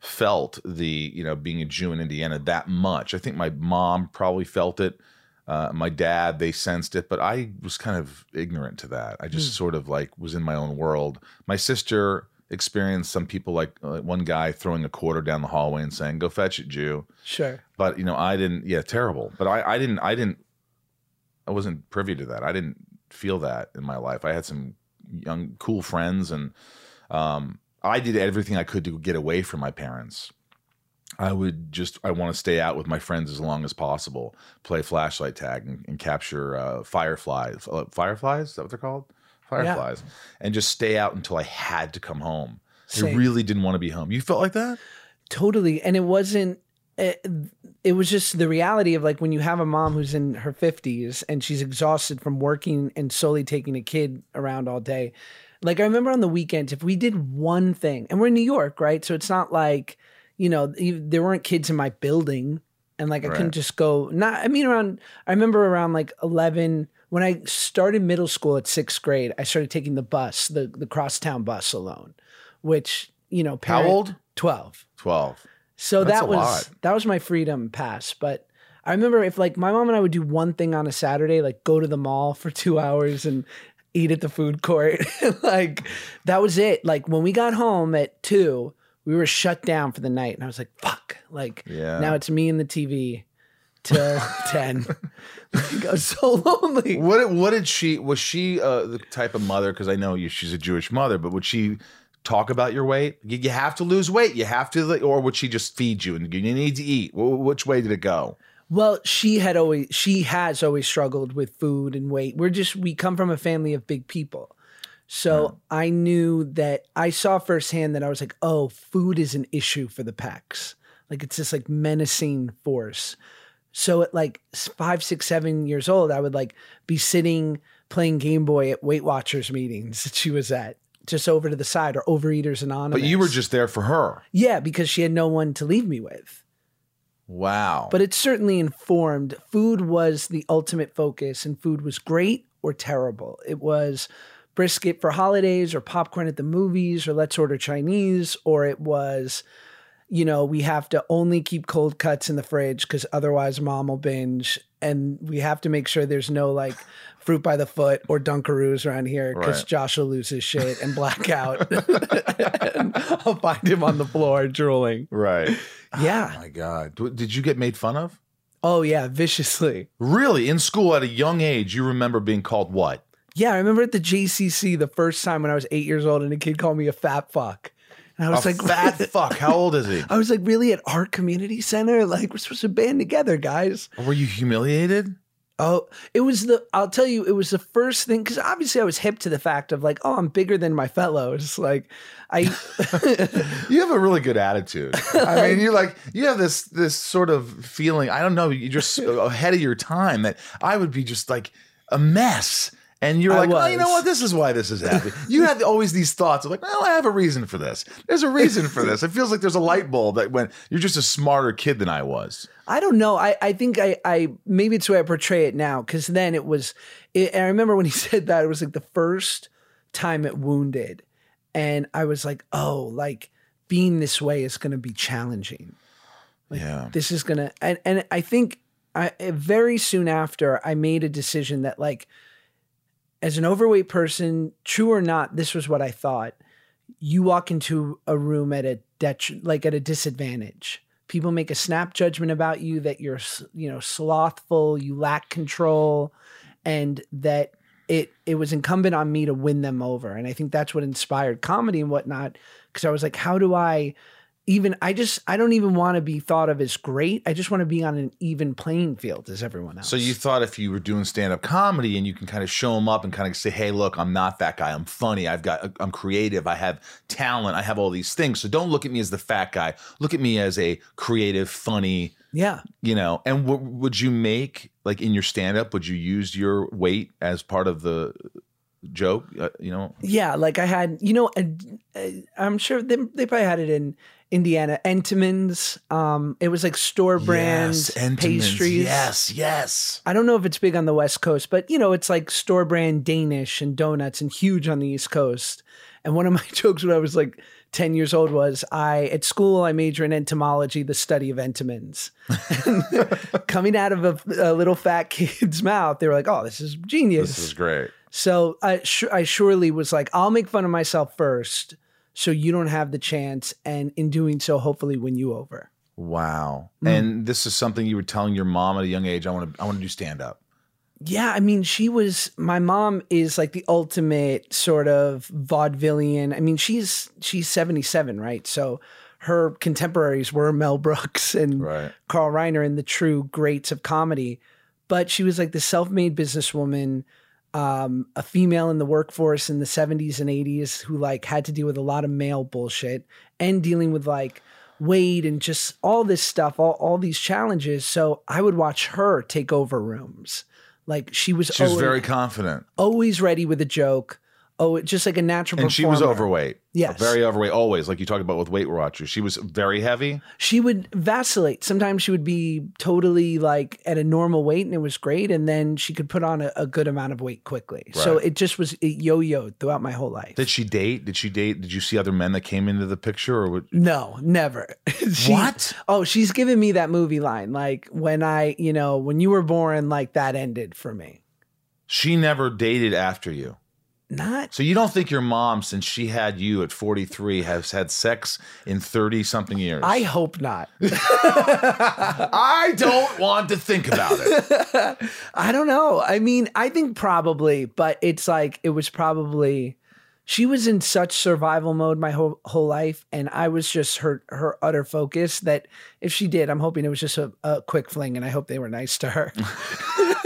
Speaker 1: felt the you know being a Jew in Indiana that much. I think my mom probably felt it. Uh, my dad they sensed it, but I was kind of ignorant to that. I just sort of like was in my own world. My sister experienced some people like uh, one guy throwing a quarter down the hallway and saying, "Go fetch it, Jew."
Speaker 4: Sure.
Speaker 1: but you know i didn't yeah terrible but i i didn't i didn't i wasn't privy to that i didn't feel that in my life i had some young cool friends and um i did everything i could to get away from my parents i would just i want to stay out with my friends as long as possible play flashlight tag and, and capture uh fireflies uh, fireflies is that what they're called fireflies and just stay out until i had to come home i
Speaker 4: Same.
Speaker 1: really didn't want to be home you felt like that
Speaker 4: Totally. And it wasn't, it, it was just the reality of like when you have a mom who's in her 50s and she's exhausted from working and solely taking a kid around all day. Like I remember on the weekends, if we did one thing, and we're in New York, right? So it's not like, you know, you- there weren't kids in my building. And like I
Speaker 1: Right.
Speaker 4: couldn't just go, not, I mean, around, I remember around like 11, when I started middle school at sixth grade, I started taking the bus, the, the crosstown bus alone, which, you know,
Speaker 1: How
Speaker 4: parent-
Speaker 1: old?
Speaker 4: 12.
Speaker 1: 12
Speaker 4: So
Speaker 1: That's
Speaker 4: that
Speaker 1: a
Speaker 4: was
Speaker 1: lot.
Speaker 4: that was my freedom pass. But I remember if like my mom and I would do one thing on a Saturday, like go to the mall for two hours and eat at the food court. like that was it. Like when we got home at two, we were shut down for the night, and I was like, "Fuck!" Like
Speaker 1: Yeah.
Speaker 4: now it's me and the TV till ten. Like, I was so lonely.
Speaker 1: What what did she was she uh, the type of mother? Because I know you, she's a Jewish mother, but would she talk about your weight? You, you have to lose weight. You have to, like, or would she just feed you and you need to eat? Wh- Which way did it go?
Speaker 4: Well, she had always she has always struggled with food and weight. We're just we come from a family of big people. So I knew that I saw firsthand that I was like, oh, food is an issue for the packs. Like it's this like menacing force. So at like s- five, six, seven years old, I would like be sitting playing Game Boy at Weight Watchers meetings that she was at, just over to the side or Overeaters Anonymous.
Speaker 1: But you were just there for her.
Speaker 4: yeah, because she had no one to leave me with
Speaker 1: Wow.
Speaker 4: but it certainly informed food was the ultimate focus and food was great or terrible it was brisket for holidays or popcorn at the movies or let's order chinese or it was you know we have to only keep cold cuts in the fridge because otherwise mom will binge and we have to make sure there's no like fruit by the foot or dunkaroos around here because
Speaker 1: Right.
Speaker 4: josh will lose his shit and black out and i'll find him on the floor drooling
Speaker 1: right.
Speaker 4: yeah
Speaker 1: Oh my God. D- Did you get made fun of?
Speaker 4: oh yeah viciously
Speaker 1: Really? In school at a young age, you remember being called what?
Speaker 4: Yeah, I remember at the JCC the first time when I was eight years old, and a kid called me a fat fuck, and I
Speaker 1: A
Speaker 4: was like,
Speaker 1: fat fuck. How old is he?
Speaker 4: I was like, really at our community center? Like, we're supposed to band together, guys.
Speaker 1: Were you humiliated?
Speaker 4: Oh, it was the. I'll tell you, it was the first thing because obviously I was hip to the fact of like, oh, I'm bigger than my fellows. Like, I.
Speaker 1: You have a really good attitude. I mean, you're like you have this this sort of feeling. I don't know. You're just ahead of your time. That I would be just like a mess. And you're
Speaker 4: I
Speaker 1: like, oh, you know
Speaker 4: was.
Speaker 1: what? This is why this is happening. You have always these thoughts of like, well, I have a reason for this. There's a reason for this. It feels like there's a light bulb that went. You're just a smarter kid than I was.
Speaker 4: I don't know. I, I think I, I maybe it's the way I portray it now because then it was. It, and I remember when he said that it was like the first time it wounded, and I was like, oh, like being this way is going to be challenging.
Speaker 1: yeah.
Speaker 4: This is gonna and and I think I very soon after I made a decision that like as an overweight person, true or not, this was what I thought. You walk into a room at a detri- like at a disadvantage. People make a snap judgment about you that you're s- you know slothful, you lack control, and that it it was incumbent on me to win them over. And I think that's what inspired comedy and whatnot. Because I was like, how do I even? I just I don't even want to be thought of as great. I just want to be on an even playing field as everyone else.
Speaker 1: So you thought if you were doing stand up comedy and you can kind of show them up and kind of say, "Hey, look, I'm not that guy. I'm funny. I've got uh, I'm creative. I have talent. I have all these things. So don't look at me as the fat guy. Look at me as a creative, funny,
Speaker 4: yeah.
Speaker 1: you know." And what would you make like in your stand up? Would you use your weight as part of the joke? Uh, you know,
Speaker 4: Yeah, like I had, you know, uh, uh, I'm sure they, they probably had it in Indiana. Entenmann's, um, it was like store brand
Speaker 1: Yes, Entenmann's.
Speaker 4: pastries.
Speaker 1: Yes, yes.
Speaker 4: I don't know if it's big on the West Coast, but you know, it's like store brand Danish and donuts and huge on the East Coast. And one of my jokes when I was like 10 years old was I, at school, I major in entomology, the study of entomins. And coming out of a, a little fat kid's mouth, they were like, oh, this is genius.
Speaker 1: This is great.
Speaker 4: So I, su I surely was like, I'll make fun of myself first, so you don't have the chance, and in doing so, hopefully win you over.
Speaker 1: Wow.
Speaker 4: Mm.
Speaker 1: And this is something you were telling your mom at a young age. I want to I want to do stand up.
Speaker 4: Yeah, I mean, she was. My mom is like the ultimate sort of vaudevillian. I mean, she's she's seventy seven, right? So her contemporaries were Mel Brooks and
Speaker 1: Right.
Speaker 4: Carl Reiner and the true greats of comedy. But she was like the self made businesswoman, um, a female in the workforce in the 70s and 80s who like had to deal with a lot of male bullshit and dealing with like weight and just all this stuff, all, all these challenges. So I would watch her take over rooms. Like she was,
Speaker 1: She was
Speaker 4: always,
Speaker 1: very confident.
Speaker 4: always ready with a joke, oh, it's just like a natural.
Speaker 1: And she was
Speaker 4: performer.
Speaker 1: overweight.
Speaker 4: Yes.
Speaker 1: Very overweight, always, like you talked about with Weight Watchers. She was very heavy.
Speaker 4: she would vacillate. Sometimes she would be totally like at a normal weight and it was great. And then she could put on a, a good amount of weight quickly. So
Speaker 1: Right.
Speaker 4: it just was it yo yoed throughout my whole life.
Speaker 1: Did she date? Did she date? Did you see other men that came into the picture or would
Speaker 4: no, never. She-
Speaker 1: What?
Speaker 4: Oh, she's given me that movie line. Like when I, you know, when you were born, like that ended for me.
Speaker 1: she never dated after you?
Speaker 4: Not
Speaker 1: So you don't think your mom, since she had you at 43, has had sex in 30 something years?
Speaker 4: I hope not.
Speaker 1: I don't want to think about it.
Speaker 4: I don't know. I mean, I think probably, but it's like it was probably she was in such survival mode my whole whole life, and I was just her her utter focus. That if she did, I'm hoping it was just a, a quick fling, and I hope they were nice to her.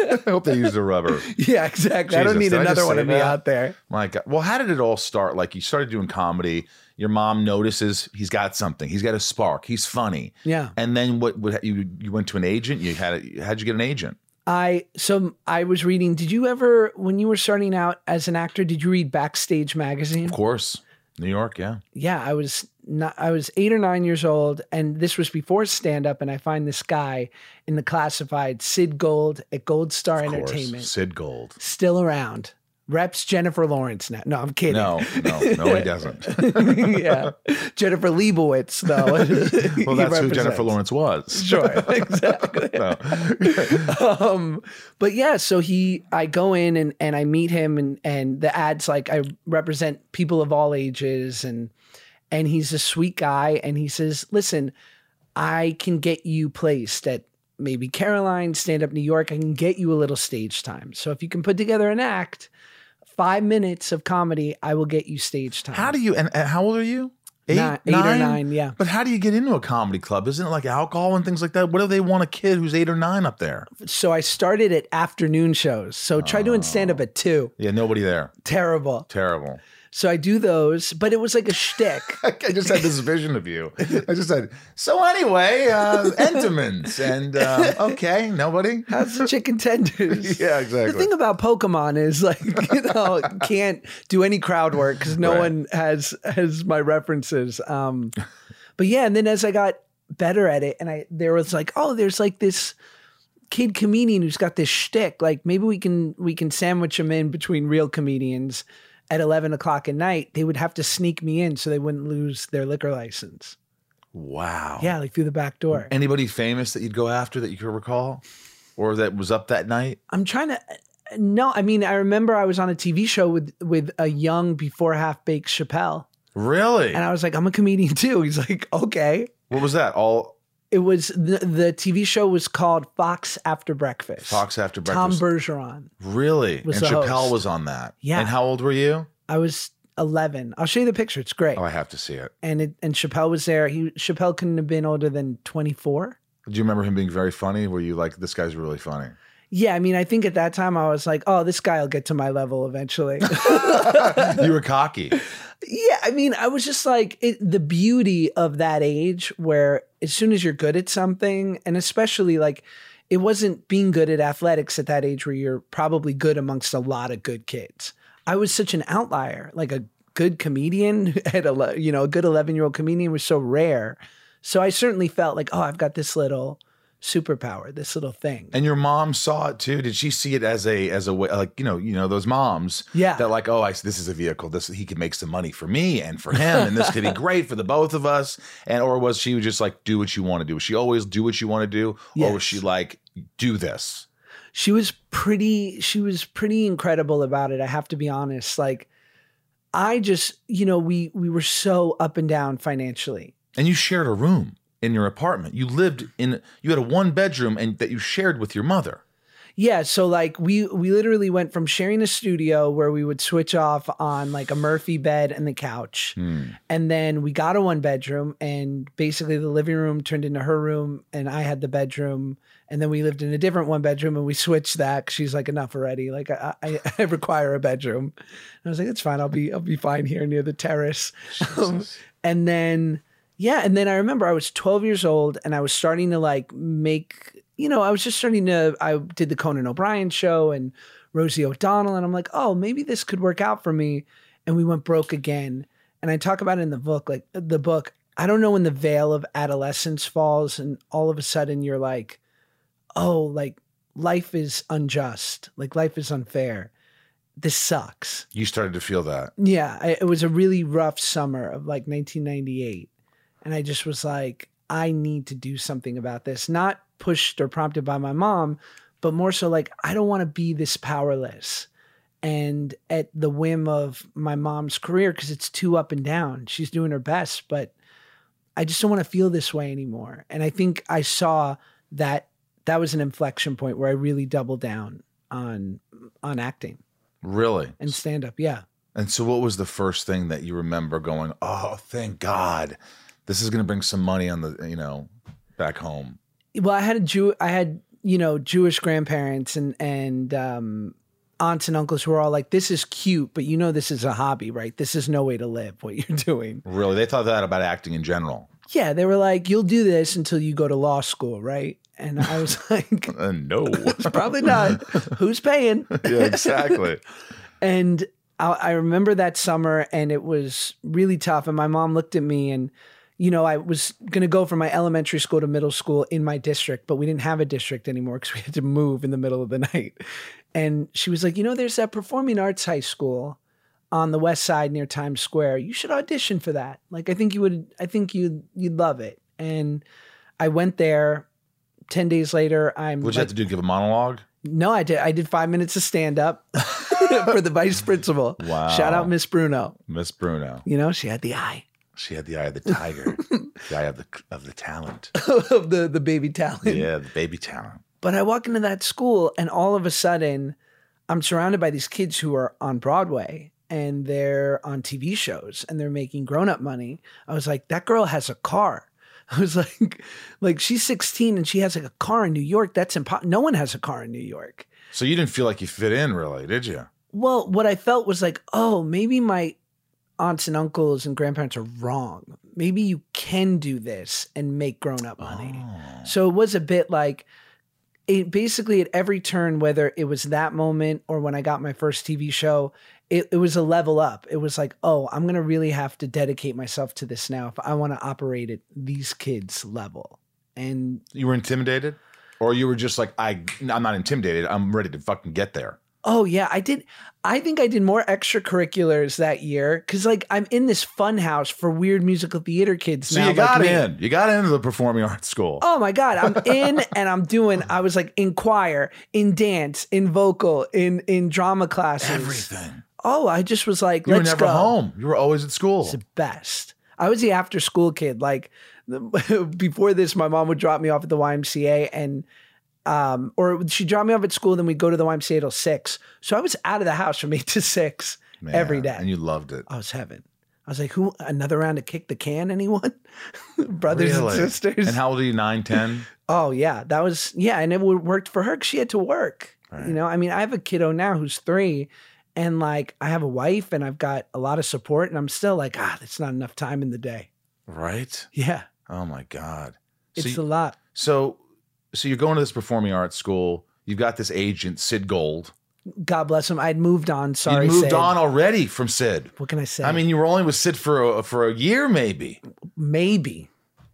Speaker 1: I hope they used the rubber.
Speaker 4: yeah, exactly. I don't
Speaker 1: Jesus,
Speaker 4: need
Speaker 1: did I just
Speaker 4: another one
Speaker 1: say
Speaker 4: of me
Speaker 1: that?
Speaker 4: out there.
Speaker 1: My God. Well, how did it all start? Like you started doing comedy. Your mom notices he's got something. He's got a spark. He's funny.
Speaker 4: Yeah.
Speaker 1: And then what? What you you went to an agent? You had a, how'd you get an agent?
Speaker 4: I so I was reading. Did you ever, when you were starting out as an actor, did you read Backstage magazine?
Speaker 1: Of course, New York. Yeah.
Speaker 4: yeah, I was not I was eight or nine years old, and this was before stand up, and I find this guy in the classified, Sid Gold at Gold Star
Speaker 1: Of course.
Speaker 4: Entertainment.
Speaker 1: Sid Gold.
Speaker 4: Still around. Reps Jennifer Lawrence now. No, I'm kidding.
Speaker 1: No, no, no, he doesn't.
Speaker 4: yeah. Jennifer Leibowitz, though.
Speaker 1: Well, that's who Jennifer Lawrence was.
Speaker 4: Oh, Sure, exactly.
Speaker 1: No.
Speaker 4: um but yeah so he i go in and and i meet him and and the ads like i represent people of all ages and and he's a sweet guy and he says listen i can get you placed at maybe caroline stand up new york i can get you a little stage time so if you can put together an act five minutes of comedy i will get you stage time
Speaker 1: How do you? And, and how old are you?
Speaker 4: Nine- eight or nine, yeah.
Speaker 1: But how do you get into a comedy club? Isn't it like alcohol and things like that? What do they want a kid who's eight or nine up there?
Speaker 4: so i started at afternoon shows so try doing stand up at two
Speaker 1: Yeah, nobody there.
Speaker 4: terrible
Speaker 1: Terrible.
Speaker 4: So I do those, but it was like a shtick.
Speaker 1: I just had this vision of you. I just said, so anyway, uh, Entenmann's. And uh, okay, nobody?
Speaker 4: How's the chicken tenders?
Speaker 1: Yeah,
Speaker 4: The
Speaker 1: exactly.
Speaker 4: thing about Pokemon is like, you know, can't do any crowd work because no
Speaker 1: Right.
Speaker 4: one has has my references. Um, but yeah, and then as I got better at it, and I there was like, oh, there's like this kid comedian who's got this shtick. Like maybe we can we can sandwich him in between real comedians at eleven o'clock at night. They would have to sneak me in so they wouldn't lose their liquor license.
Speaker 1: wow.
Speaker 4: Yeah, like through the back door.
Speaker 1: Anybody famous that you'd go after that you could recall? Or that was up that night?
Speaker 4: I'm trying to. No, I mean I remember I was on a TV show with with a young before half baked Chappelle,
Speaker 1: Really?
Speaker 4: and I was like, I'm a comedian too. He's like, okay.
Speaker 1: What was that? All
Speaker 4: It was the, the TV show was called Fox After Breakfast.
Speaker 1: Fox After
Speaker 4: Tom
Speaker 1: Breakfast?
Speaker 4: Bergeron.
Speaker 1: really?
Speaker 4: was
Speaker 1: and
Speaker 4: the
Speaker 1: Chappelle
Speaker 4: host.
Speaker 1: was on that.
Speaker 4: Yeah.
Speaker 1: And how old were you?
Speaker 4: I was 11. I'll show you the picture. It's great.
Speaker 1: Oh, I have to see it.
Speaker 4: And it, and Chappelle was there. He Chappelle couldn't have been older than 24.
Speaker 1: Do you remember him being very funny? Were you like, this guy's really funny?
Speaker 4: Yeah, I mean, I think at that time I was like, oh, this guy'll get to my level eventually.
Speaker 1: you were cocky.
Speaker 4: Yeah, I mean, I was just like it, the beauty of that age where as soon as you're good at something, and especially like it wasn't being good at athletics at that age where you're probably good amongst a lot of good kids. I was such an outlier, like a good comedian at a you know a good 11 year old comedian was so rare. So I certainly felt like oh I've got this little superpower, this little thing.
Speaker 1: And your mom saw it too. Did she see it as a as a way like you know you know those moms?
Speaker 4: Yeah.
Speaker 1: That like oh I this is a vehicle. This he could make some money for me and for him, and this could be great for the both of us. And or was she just like do what you want to do? Was she always do what you want to do, or
Speaker 4: Yes.
Speaker 1: was she like do this?
Speaker 4: she was pretty she was pretty incredible about it i have to be honest like i just you know we we were so up and down financially
Speaker 1: And you shared a room in your apartment. You lived in you had a one bedroom and that you shared with your mother.
Speaker 4: yeah so like we we literally went from sharing a studio where we would switch off on like a murphy bed and the couch and then we got a one bedroom and basically the living room turned into her room and i had the bedroom and then we lived in a different one bedroom and we switched that 'cause she's like enough already like I, I, I require a bedroom and i was like it's fine i'll be i'll be fine here near the terrace Um, and then yeah and then i remember i was 12 years old and i was starting to like make you know i was just starting to i did the conan o'brien show and rosie o'donnell and i'm like oh maybe this could work out for me and we went broke again. And I talk about it in the book, like the book. I don't know when the veil of adolescence falls, and all of a sudden you're like, oh, like life is unjust, like life is unfair. This sucks
Speaker 1: You started to feel that.
Speaker 4: yeah, I, it was a really rough summer of like 1998. And I just was like, I need to do something about this, not pushed or prompted by my mom, but more so like, I don't want to be this powerless and at the whim of my mom's career because it's too up and down. She's doing her best, but I just don't want to feel this way anymore. And I think I saw that that was an inflection point where I really doubled down on on acting
Speaker 1: Really?
Speaker 4: and stand up. Yeah.
Speaker 1: And so, what was the first thing that you remember going, oh, thank God, this is going to bring some money on the, you know, back home?
Speaker 4: well i had a jew i had you know jewish grandparents and and um aunts and uncles who were all like this is cute but you know this is a hobby right this is no way to live what you're doing
Speaker 1: Really? They thought that about acting in general.
Speaker 4: yeah they were like you'll do this until you go to law school right and i was like
Speaker 1: Uh, no.
Speaker 4: probably not who's paying
Speaker 1: yeah, exactly.
Speaker 4: and I, I remember that summer and it was really tough and my mom looked at me and you know i was going to go from my elementary school to middle school in my district but we didn't have a district anymore because we had to move in the middle of the night and she was like you know there's that performing arts high school on the west side near times square you should audition for that like i think you would i think you'd you'd love it and i went there 10 days later i'm
Speaker 1: What'd you
Speaker 4: like-
Speaker 1: have to do? Give a monologue?
Speaker 4: no, I did. I did five minutes of stand up for the vice principal.
Speaker 1: Wow.
Speaker 4: Shout out Miss Bruno.
Speaker 1: Miss Bruno.
Speaker 4: You know, she had the eye
Speaker 1: She had the eye of the tiger, the eye of the, of the talent.
Speaker 4: of the, the baby talent.
Speaker 1: Yeah, the baby talent.
Speaker 4: But I walk into that school and all of a sudden I'm surrounded by these kids who are on Broadway and they're on TV shows and they're making grown up money. I was like, that girl has a car. I was like, like she's 16 and she has like a car in New York. That's impossible. No one has a car in New York.
Speaker 1: So you didn't feel like you fit in, really, did you?
Speaker 4: well, what I felt was like, oh, maybe my aunts and uncles and grandparents are wrong. Maybe you can do this and make grown up money.
Speaker 1: Ah. Oh.
Speaker 4: So it was a bit like it basically at every turn, whether it was that moment or when I got my first TV show, it, it was a level up. It was like, oh, I'm gonna really have to dedicate myself to this now if I wanna operate at these kids' level. And
Speaker 1: You were intimidated? Or you were just like, I, I'm not intimidated. I'm ready to fucking get there.
Speaker 4: Oh yeah, I did. I think I did more extracurriculars that year because like I'm in this fun house for weird musical theater kids.
Speaker 1: So
Speaker 4: now,
Speaker 1: you got
Speaker 4: like me.
Speaker 1: in. You got into the performing arts school.
Speaker 4: Oh my god, I'm in and I'm doing. I was like in choir, in dance, in vocal, in in drama classes.
Speaker 1: Everything.
Speaker 4: Oh, I just was like,
Speaker 1: You were
Speaker 4: let's
Speaker 1: never
Speaker 4: go.
Speaker 1: home. You were always at school.
Speaker 4: It's the best. I was the after school kid. Like the- before this, my mom would drop me off at the YMCA and um, or she'd drop me off at school, then we'd go to the YMCA till six. So I was out of the house from eight to six
Speaker 1: Man,
Speaker 4: every day.
Speaker 1: And you loved it.
Speaker 4: I was heaven. I was like, who another round to kick the can, anyone? Brothers
Speaker 1: Really?
Speaker 4: and sisters.
Speaker 1: And how old are you? Nine, ten?
Speaker 4: oh yeah. That was yeah, and it wo- worked for her 'cause she had to work. You know, I mean, I have a kiddo now who's three, and like I have a wife and I've got a lot of support, and I'm still like, ah, that's not enough time in the day.
Speaker 1: right?
Speaker 4: Yeah.
Speaker 1: Oh my God. So,
Speaker 4: It's
Speaker 1: you-
Speaker 4: a lot.
Speaker 1: so so you're going to this performing arts school. You've got this agent, Sid Gold.
Speaker 4: God bless him. I'd moved on. Sorry.
Speaker 1: you moved
Speaker 4: Sid.
Speaker 1: on already from Sid.
Speaker 4: What can I say?
Speaker 1: I mean, you were only with Sid for a, for a year maybe,
Speaker 4: maybe.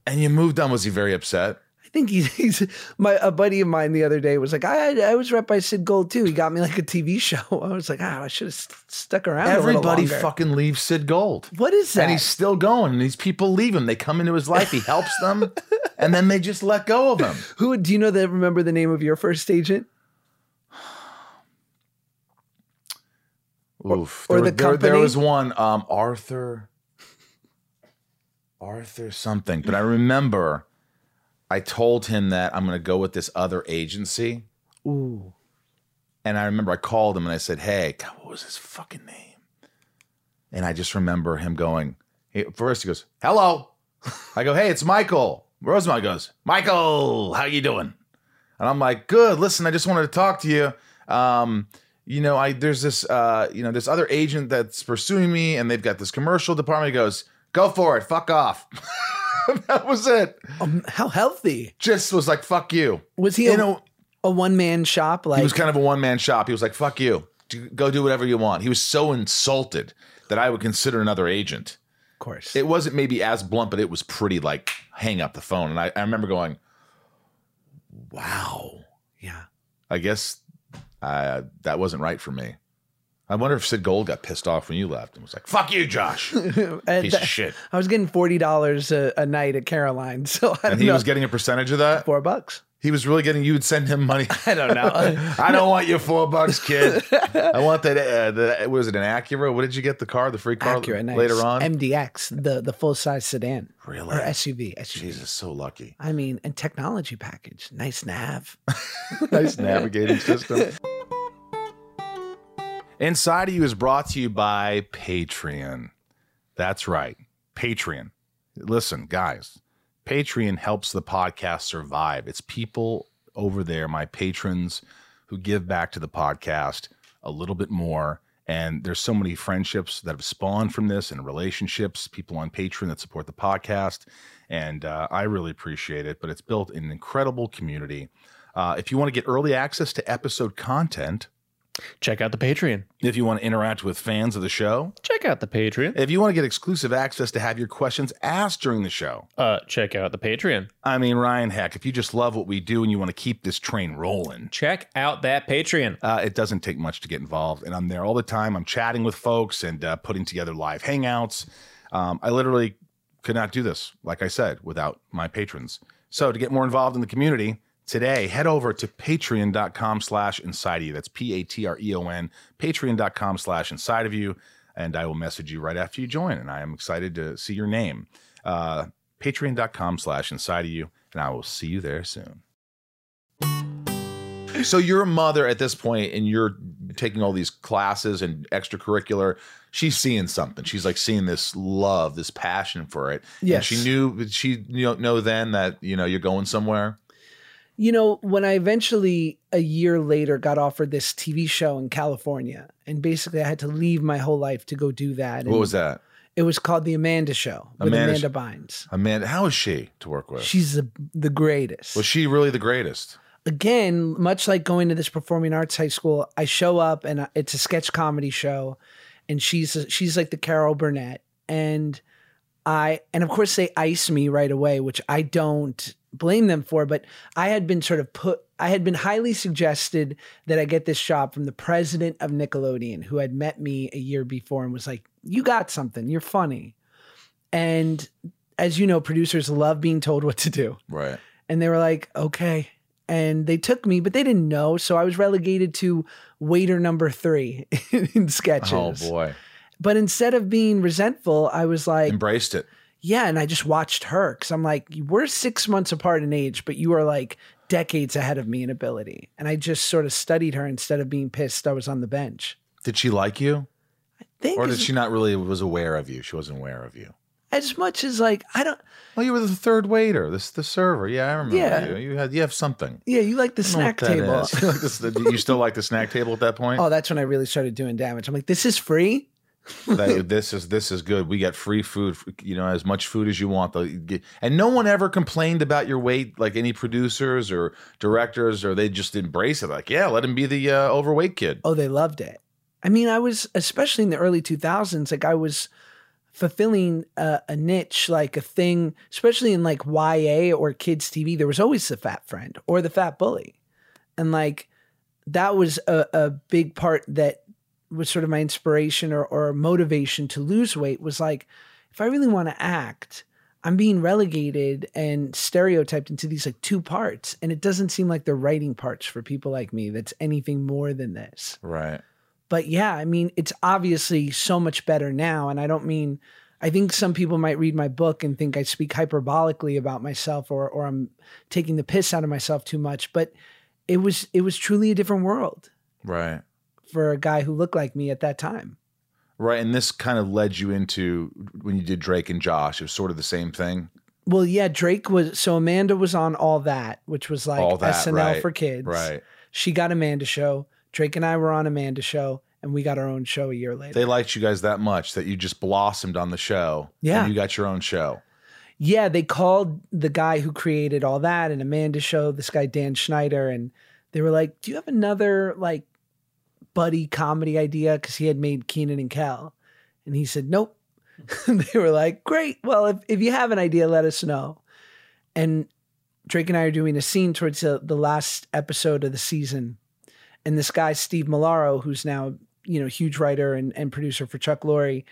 Speaker 1: and you moved on. Was he very upset?
Speaker 4: I think he's, he's my a buddy of mine the other day was like, I I was rep by Sid Gold too. He got me like a TV show. I was like, ah, I should have st- stuck around. a little
Speaker 1: Everybody
Speaker 4: longer."
Speaker 1: fucking leaves Sid Gold.
Speaker 4: What is that?
Speaker 1: And he's still going. And these people leave him. They come into his life. He helps them, and then they just let go of him.
Speaker 4: Who do you know that remember the name of your first agent?
Speaker 1: Oof.
Speaker 4: or
Speaker 1: there, were-
Speaker 4: the
Speaker 1: there, there
Speaker 4: company?
Speaker 1: was one, um, Arthur, Arthur something. But I remember I told him that I'm going to go with this other agency.
Speaker 4: Ooh.
Speaker 1: And I remember I called him and I said, Hey, God, what was his fucking name? And I just remember him going, he, First, he goes, Hello. I go, Hey, it's Michael. Rosemont goes, Michael, how you doing? And I'm like, Good. Listen, I just wanted to talk to you. Um, you know, I there's this uh, you know, this other agent that's pursuing me, and they've got this commercial department. He goes, Go for it, fuck off. that was it.
Speaker 4: Um, how healthy.
Speaker 1: Just was like, fuck you.
Speaker 4: Was he
Speaker 1: You
Speaker 4: a,
Speaker 1: know,
Speaker 4: a one man shop? Like
Speaker 1: he was kind of a one man shop. He was like, fuck you. do, go do whatever you want. He was so insulted that I would consider another agent.
Speaker 4: Of course.
Speaker 1: It wasn't maybe as blunt, but it was pretty like hang up the phone. And I, I remember going, wow,
Speaker 4: yeah.
Speaker 1: I guess uh, that wasn't right for me. I wonder if Sid Gold got pissed off when you left and was like, fuck you, Josh.
Speaker 4: And
Speaker 1: Piece
Speaker 4: th-
Speaker 1: of shit.
Speaker 4: I was getting forty dollars a, a night at Caroline, so I
Speaker 1: And
Speaker 4: don't
Speaker 1: he
Speaker 4: know.
Speaker 1: was getting a percentage of that.
Speaker 4: four bucks.
Speaker 1: He was really getting you would send him money.
Speaker 4: I don't know.
Speaker 1: I don't want your four bucks, kid. I want that. Uh, the, was it an Acura? What did you get? The car, the free car
Speaker 4: Accurate, nice.
Speaker 1: later on.
Speaker 4: MDX, the the full size sedan
Speaker 1: really?
Speaker 4: or SUV. SUV.
Speaker 1: Jesus, so lucky.
Speaker 4: I mean, and technology package, nice nav.
Speaker 1: nice navigating system. Inside of You is brought to you by Patreon. That's right, Patreon. Listen, guys, Patreon helps the podcast survive. It's people over there, my patrons, who give back to the podcast a little bit more. And there's so many friendships that have spawned from this and relationships, people on Patreon that support the podcast. And uh, I really appreciate it, but it's built an incredible community. Uh, if you want to get early access to episode content,
Speaker 2: Check out the Patreon.
Speaker 1: if you want to interact with fans of the show,
Speaker 2: Check out the Patreon.
Speaker 1: if you want to get exclusive access to have your questions asked during the show,
Speaker 2: Uh, check out the Patreon.
Speaker 1: I mean, Ryan, heck, if you just love what we do and you want to keep this train rolling,
Speaker 2: Check out that Patreon.
Speaker 1: uh, it doesn't take much to get involved. And I'm there all the time. I'm chatting with folks and uh, putting together live hangouts. Um, I literally could not do this, like I said, without my patrons. So to get more involved in the community today, head over to patreon.com slash inside of you. That's P-A-T-R-E-O-N, E patreon.com slash inside of you. And I will message you right after you join. And I am excited to see your name. Uh, patreon.com slash inside of you. And I will see you there soon. So your mother at this point, and you're taking all these classes and extracurricular. She's seeing something. She's like seeing this love, this passion for it. Yeah.
Speaker 4: Yes.
Speaker 1: And she knew. did She you know, know then that you know you're going somewhere.
Speaker 4: You know, when I eventually a year later got offered this TV show in California, and basically I had to leave my whole life to go do that. And
Speaker 1: What was that?
Speaker 4: It was called The Amanda Show with
Speaker 1: Amanda
Speaker 4: Amanda,
Speaker 1: Show.
Speaker 4: Bynes.
Speaker 1: Amanda. How is she to work with?
Speaker 4: She's the, the greatest.
Speaker 1: was she really the greatest?
Speaker 4: Again, much like going to this performing arts high school, I show up and I- it's a sketch comedy show, and she's she's like the Carol Burnett, and I and of course they ice me right away, which I don't blame them for, but I had been sort of put I had been highly suggested that I get this job from the president of Nickelodeon who had met me a year before and was like, "You got something. You're funny." And as you know, producers love being told what to do.
Speaker 1: Right.
Speaker 4: And they were like, "Okay." And they took me, but they didn't know, so I was relegated to waiter number 3 in sketches.
Speaker 1: Oh boy.
Speaker 4: But instead of being resentful, I was like,
Speaker 1: Embraced it.
Speaker 4: yeah, and I just watched her because I'm like, we're six months apart in age, but you are like decades ahead of me in ability. And I just sort of studied her instead of being pissed I was on the bench.
Speaker 1: Did she like you,
Speaker 4: Think
Speaker 1: or did
Speaker 4: as,
Speaker 1: she not really was aware of you? She wasn't aware of you.
Speaker 4: as much as like I don't.
Speaker 1: Oh, you were the third waiter. This the server. Yeah, I remember
Speaker 4: Yeah.
Speaker 1: you. You had you have something.
Speaker 4: Yeah, you like the
Speaker 1: I don't know
Speaker 4: snack
Speaker 1: what that
Speaker 4: table.
Speaker 1: is. Like this- do you still like the snack table at that point?
Speaker 4: oh, that's when I really started doing damage. I'm like, this is free.
Speaker 1: That- this is this is good. We got free food, you know, as much food as you want. They'll get- And no one ever complained about your weight, like any producers or directors, or they just embrace it. Like, yeah, let him be the uh, overweight kid.
Speaker 4: Oh, they loved it. I mean, I was especially in the early 2000s. Like I was fulfilling a, a niche, like a thing, especially in like YA or kids TV. There was always the fat friend or the fat bully, and like that was a, a big part that was sort of my inspiration or, or motivation to lose weight. Was like if I really want to act. I'm being relegated and stereotyped into these like two parts, and it doesn't seem like they're writing parts for people like me that's anything more than this
Speaker 1: Right.
Speaker 4: but yeah, I mean, it's obviously so much better now. And I don't mean, I think some people might read my book and think I speak hyperbolically about myself or, or I'm taking the piss out of myself too much. But it was, it was truly a different world
Speaker 1: Right.
Speaker 4: for a guy who looked like me at that time.
Speaker 1: Right. And this kind of led you into when you did Drake and Josh. It was sort of the same thing.
Speaker 4: Well, yeah, Drake was, so Amanda was on All That, which was like
Speaker 1: All That,
Speaker 4: SNL
Speaker 1: right,
Speaker 4: for kids.
Speaker 1: Right.
Speaker 4: She got Amanda show. Drake and I were on Amanda show and we got our own show a year later.
Speaker 1: They liked you guys that much that you just blossomed on the show.
Speaker 4: Yeah.
Speaker 1: And you got your own show.
Speaker 4: yeah, they called the guy who created all that and Amanda show this guy Dan Schneider and they were like, "Do you have another like buddy comedy idea because he had made Keenan and Cal. And he said, Nope. they were like, Great. Well, if, if you have an idea, let us know. And Drake and I are doing a scene towards the, the last episode of the season. And this guy, Steve Malaro, who's now, you know, huge writer and, and producer for Chuck Lorre,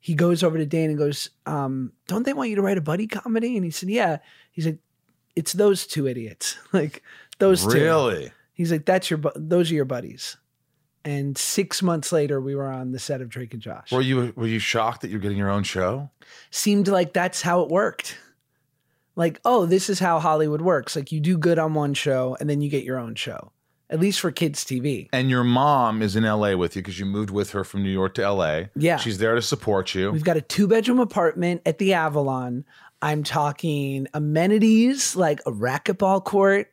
Speaker 4: he goes over to Dan and goes, um, Don't they want you to write a buddy comedy? And he said, Yeah. He said, It's those two idiots. like, those two.
Speaker 1: really?
Speaker 4: He's like, "That's your, bu- those are your buddies." And six months later, we were on the set of Drake and Josh.
Speaker 1: Were you were you shocked that you're getting your own show?
Speaker 4: Seemed like that's how it worked. Like, oh, this is how Hollywood works. Like, you do good on one show, and then you get your own show. At least for kids' TV.
Speaker 1: And your mom is in LA with you because you moved with her from New York to LA.
Speaker 4: Yeah.
Speaker 1: She's there to support you.
Speaker 4: We've got a two bedroom apartment at the Avalon. I'm talking amenities like a racquetball court,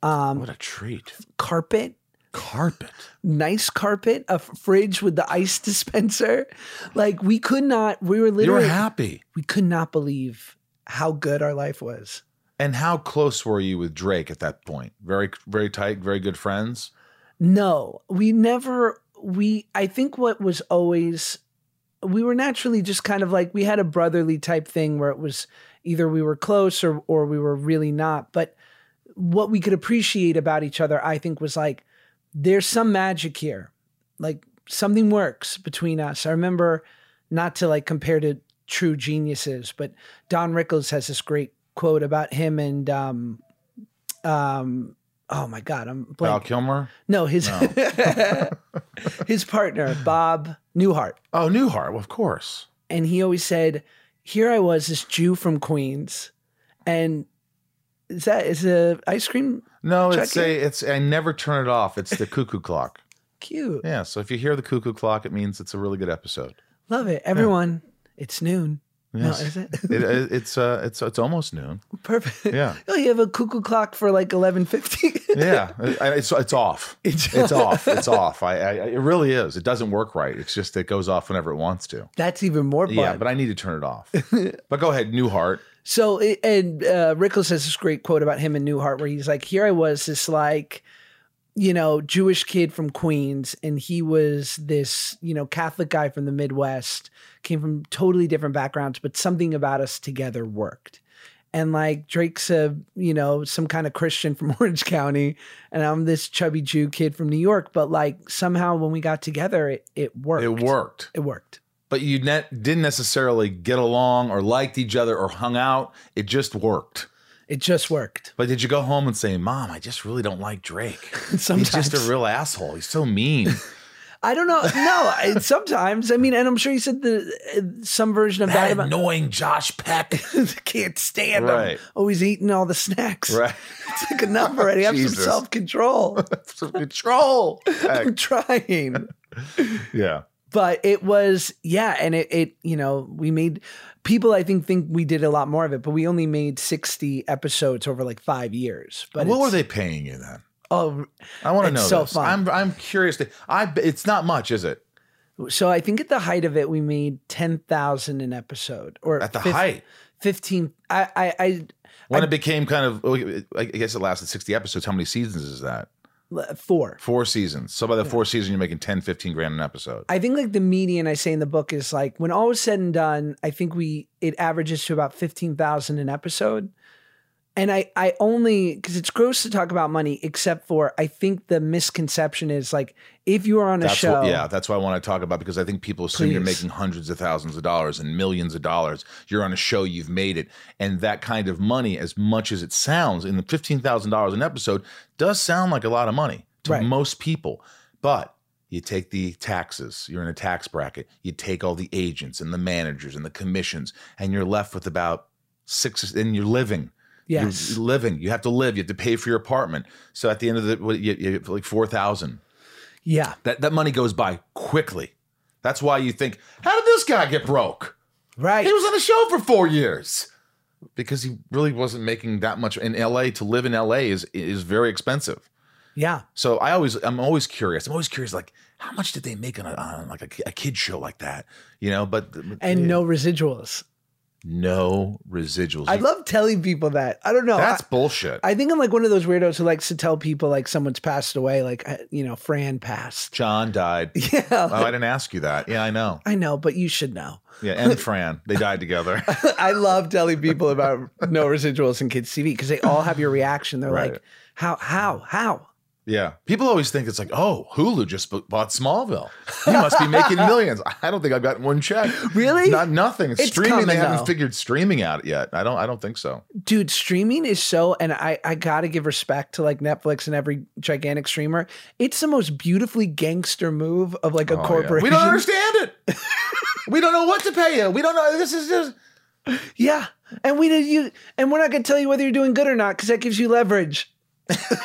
Speaker 1: What
Speaker 4: Um,
Speaker 1: a treat.
Speaker 4: carpet,
Speaker 1: Carpet.
Speaker 4: nice carpet, a f- fridge with the ice dispenser. Like, we could not, we were
Speaker 1: You were
Speaker 4: literally.
Speaker 1: happy.
Speaker 4: we could not believe how good our life was.
Speaker 1: And how close were you with Drake at that point? Very very tight, very good friends.
Speaker 4: No, we never we I think what was always we were naturally just kind of like we had a brotherly type thing where it was either we were close or or we were really not, but what we could appreciate about each other I think was like there's some magic here. Like something works between us. I remember not to like compare to true geniuses, but Don Rickles has this great quote about him and um um oh my god, I'm
Speaker 1: Val
Speaker 4: blanking.
Speaker 1: Kilmer.
Speaker 4: No, his his partner, Bob Newhart.
Speaker 1: Oh, Newhart, well, of course.
Speaker 4: And he always said, Here I was, this Jew from Queens. And is that is a ice cream
Speaker 1: No, it's
Speaker 4: Check
Speaker 1: a it's I never turn it off. It's the cuckoo clock.
Speaker 4: cute?
Speaker 1: Yeah. So if you hear the cuckoo clock, it means it's a really good episode.
Speaker 4: Love it. Everyone, it's noon.
Speaker 1: Yes.
Speaker 4: No, is it?
Speaker 1: It, it, it's uh it's it's almost noon.
Speaker 4: Perfect.
Speaker 1: Yeah.
Speaker 4: Oh, you have a cuckoo clock for like eleven fifty.
Speaker 1: Yeah, I- I- it's it's off. It's, off. It's off. I, I I- it really is. It doesn't work right. It's just it goes off whenever it wants to.
Speaker 4: That's even more fun.
Speaker 1: Yeah, but I need to turn it off. but go ahead, Newhart.
Speaker 4: So, it- and uh, Rickles has this great quote about him and Newhart where he's like, Here I was, this like, you know, Jewish kid from Queens, and he was this, you know, Catholic guy from the Midwest, came from totally different backgrounds, but something about us together worked. And like Drake's a, you know, some kind of Christian from Orange County, and I'm this chubby Jew kid from New York, but like somehow when we got together, it, it worked.
Speaker 1: It worked,
Speaker 4: It worked.
Speaker 1: but you ne- didn't necessarily get along or liked each other or hung out. It just worked.
Speaker 4: It just worked.
Speaker 1: But did you go home and say, "Mom, I just really don't like Drake. He's
Speaker 4: Sometimes
Speaker 1: just a real asshole. He's so mean."
Speaker 4: I don't know. No, I- sometimes I mean, and I'm sure you said the uh, some version of that,
Speaker 1: that
Speaker 4: about
Speaker 1: annoying Josh Peck.
Speaker 4: can't stand
Speaker 1: Right.
Speaker 4: him. Always eating all the snacks.
Speaker 1: Right.
Speaker 4: It's like enough already. Have some
Speaker 1: Jesus.
Speaker 4: self control.
Speaker 1: Control.
Speaker 4: I'm trying.
Speaker 1: Yeah.
Speaker 4: But it was yeah, and it it you know we made people I think think we did a lot more of it, but we only made sixty episodes over like five years. But
Speaker 1: what
Speaker 4: it's-
Speaker 1: were they paying you then?
Speaker 4: Oh,
Speaker 1: I want to
Speaker 4: It's
Speaker 1: know.
Speaker 4: so
Speaker 1: this.
Speaker 4: fun.
Speaker 1: I'm I'm curious. To, I b- it's not much, is it?
Speaker 4: so I think at the height of it, we made ten thousand an episode, or
Speaker 1: At the
Speaker 4: fif-
Speaker 1: height
Speaker 4: fifteen. I I. I
Speaker 1: when it became kind of, I guess it lasted sixty episodes. How many seasons is that?
Speaker 4: Four.
Speaker 1: Four seasons. So by the fourth season, you're making 10, 15 grand an episode.
Speaker 4: I think like the median I say in the book is like when all is said and done, I think we it averages to about fifteen thousand an episode. And I I only because it's gross to talk about money, except for I think the misconception is like if you are on a
Speaker 1: That's
Speaker 4: show,
Speaker 1: what, yeah, that's what I want to talk about because I think people assume you're
Speaker 4: Please.
Speaker 1: making hundreds of thousands of dollars and millions of dollars. You're on a show, you've made it, and that kind of money, as much as it sounds, in the fifteen thousand dollars an episode, does sound like a lot of money to
Speaker 4: Right.
Speaker 1: most people. But you take the taxes, you're in a tax bracket. You take all the agents and the managers and the commissions, and you're left with about six. And you're living. You're
Speaker 4: yes,
Speaker 1: living. You have to live. You have to pay for your apartment. So at the end of the, what, you, you like four thousand.
Speaker 4: yeah,
Speaker 1: That that money goes by quickly. That's why you think, how did this guy get broke?
Speaker 4: right,
Speaker 1: He was on the show for four years. Because he really wasn't making that much in LA to live in LA is is very expensive.
Speaker 4: yeah,
Speaker 1: So I always I'm always curious. I'm always curious like how much did they make on a on like a, ki- a kid show like that? You know, but
Speaker 4: and no residuals.
Speaker 1: no residuals.
Speaker 4: I love telling people that. I don't know.
Speaker 1: That's
Speaker 4: I,
Speaker 1: bullshit.
Speaker 4: I think I'm like one of those weirdos who likes to tell people like someone's passed away, like uh, you know, Fran passed.
Speaker 1: John died.
Speaker 4: Yeah,
Speaker 1: Oh, I didn't ask you that. Yeah, I know.
Speaker 4: I know, but you should know.
Speaker 1: Yeah, and Fran, they died together.
Speaker 4: I love telling people about no residuals in kids TV because they all have your reaction. They're
Speaker 1: Right.
Speaker 4: like, how, how, how?
Speaker 1: Yeah. People always think it's like, oh, Hulu just b- bought Smallville. You must be making millions. I don't think I've gotten one check.
Speaker 4: Really?
Speaker 1: Not nothing. It's,
Speaker 4: It's
Speaker 1: streaming. they
Speaker 4: coming,
Speaker 1: haven't
Speaker 4: though.
Speaker 1: figured streaming out yet. I don't I don't think so.
Speaker 4: Dude, streaming is so, and I, I gotta give respect to like Netflix and every gigantic streamer. It's the most beautifully gangster move of like a
Speaker 1: Oh, yeah.
Speaker 4: corporation.
Speaker 1: We don't understand it. we don't know what to pay you. We don't know. This is just
Speaker 4: Yeah, and we did you, and we're not gonna tell you whether you're doing good or not because that gives you leverage.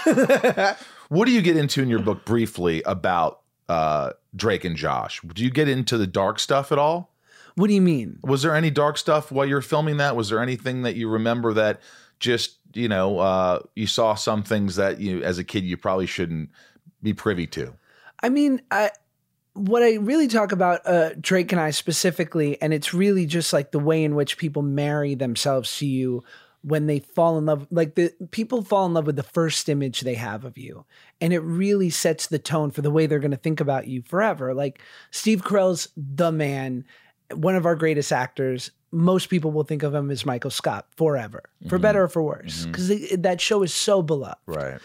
Speaker 1: What do you get into in your book briefly about uh Drake and Josh? Do you get into the dark stuff at all?
Speaker 4: What do you mean?
Speaker 1: Was there any dark stuff while you were filming that? Was there anything that you remember that just, you know, uh you saw some things that you as a kid you probably shouldn't be privy to?
Speaker 4: I mean, I what I really talk about uh, Drake and I specifically, and it's really just like the way in which people marry themselves to you when they fall in love. Like the people fall in love with the first image they have of you, and it really sets the tone for the way they're going to think about you forever. Like Steve Carell's the man, one of our greatest actors. Most people will think of him as Michael Scott forever, for better or for worse, because that show is so beloved.
Speaker 1: Right.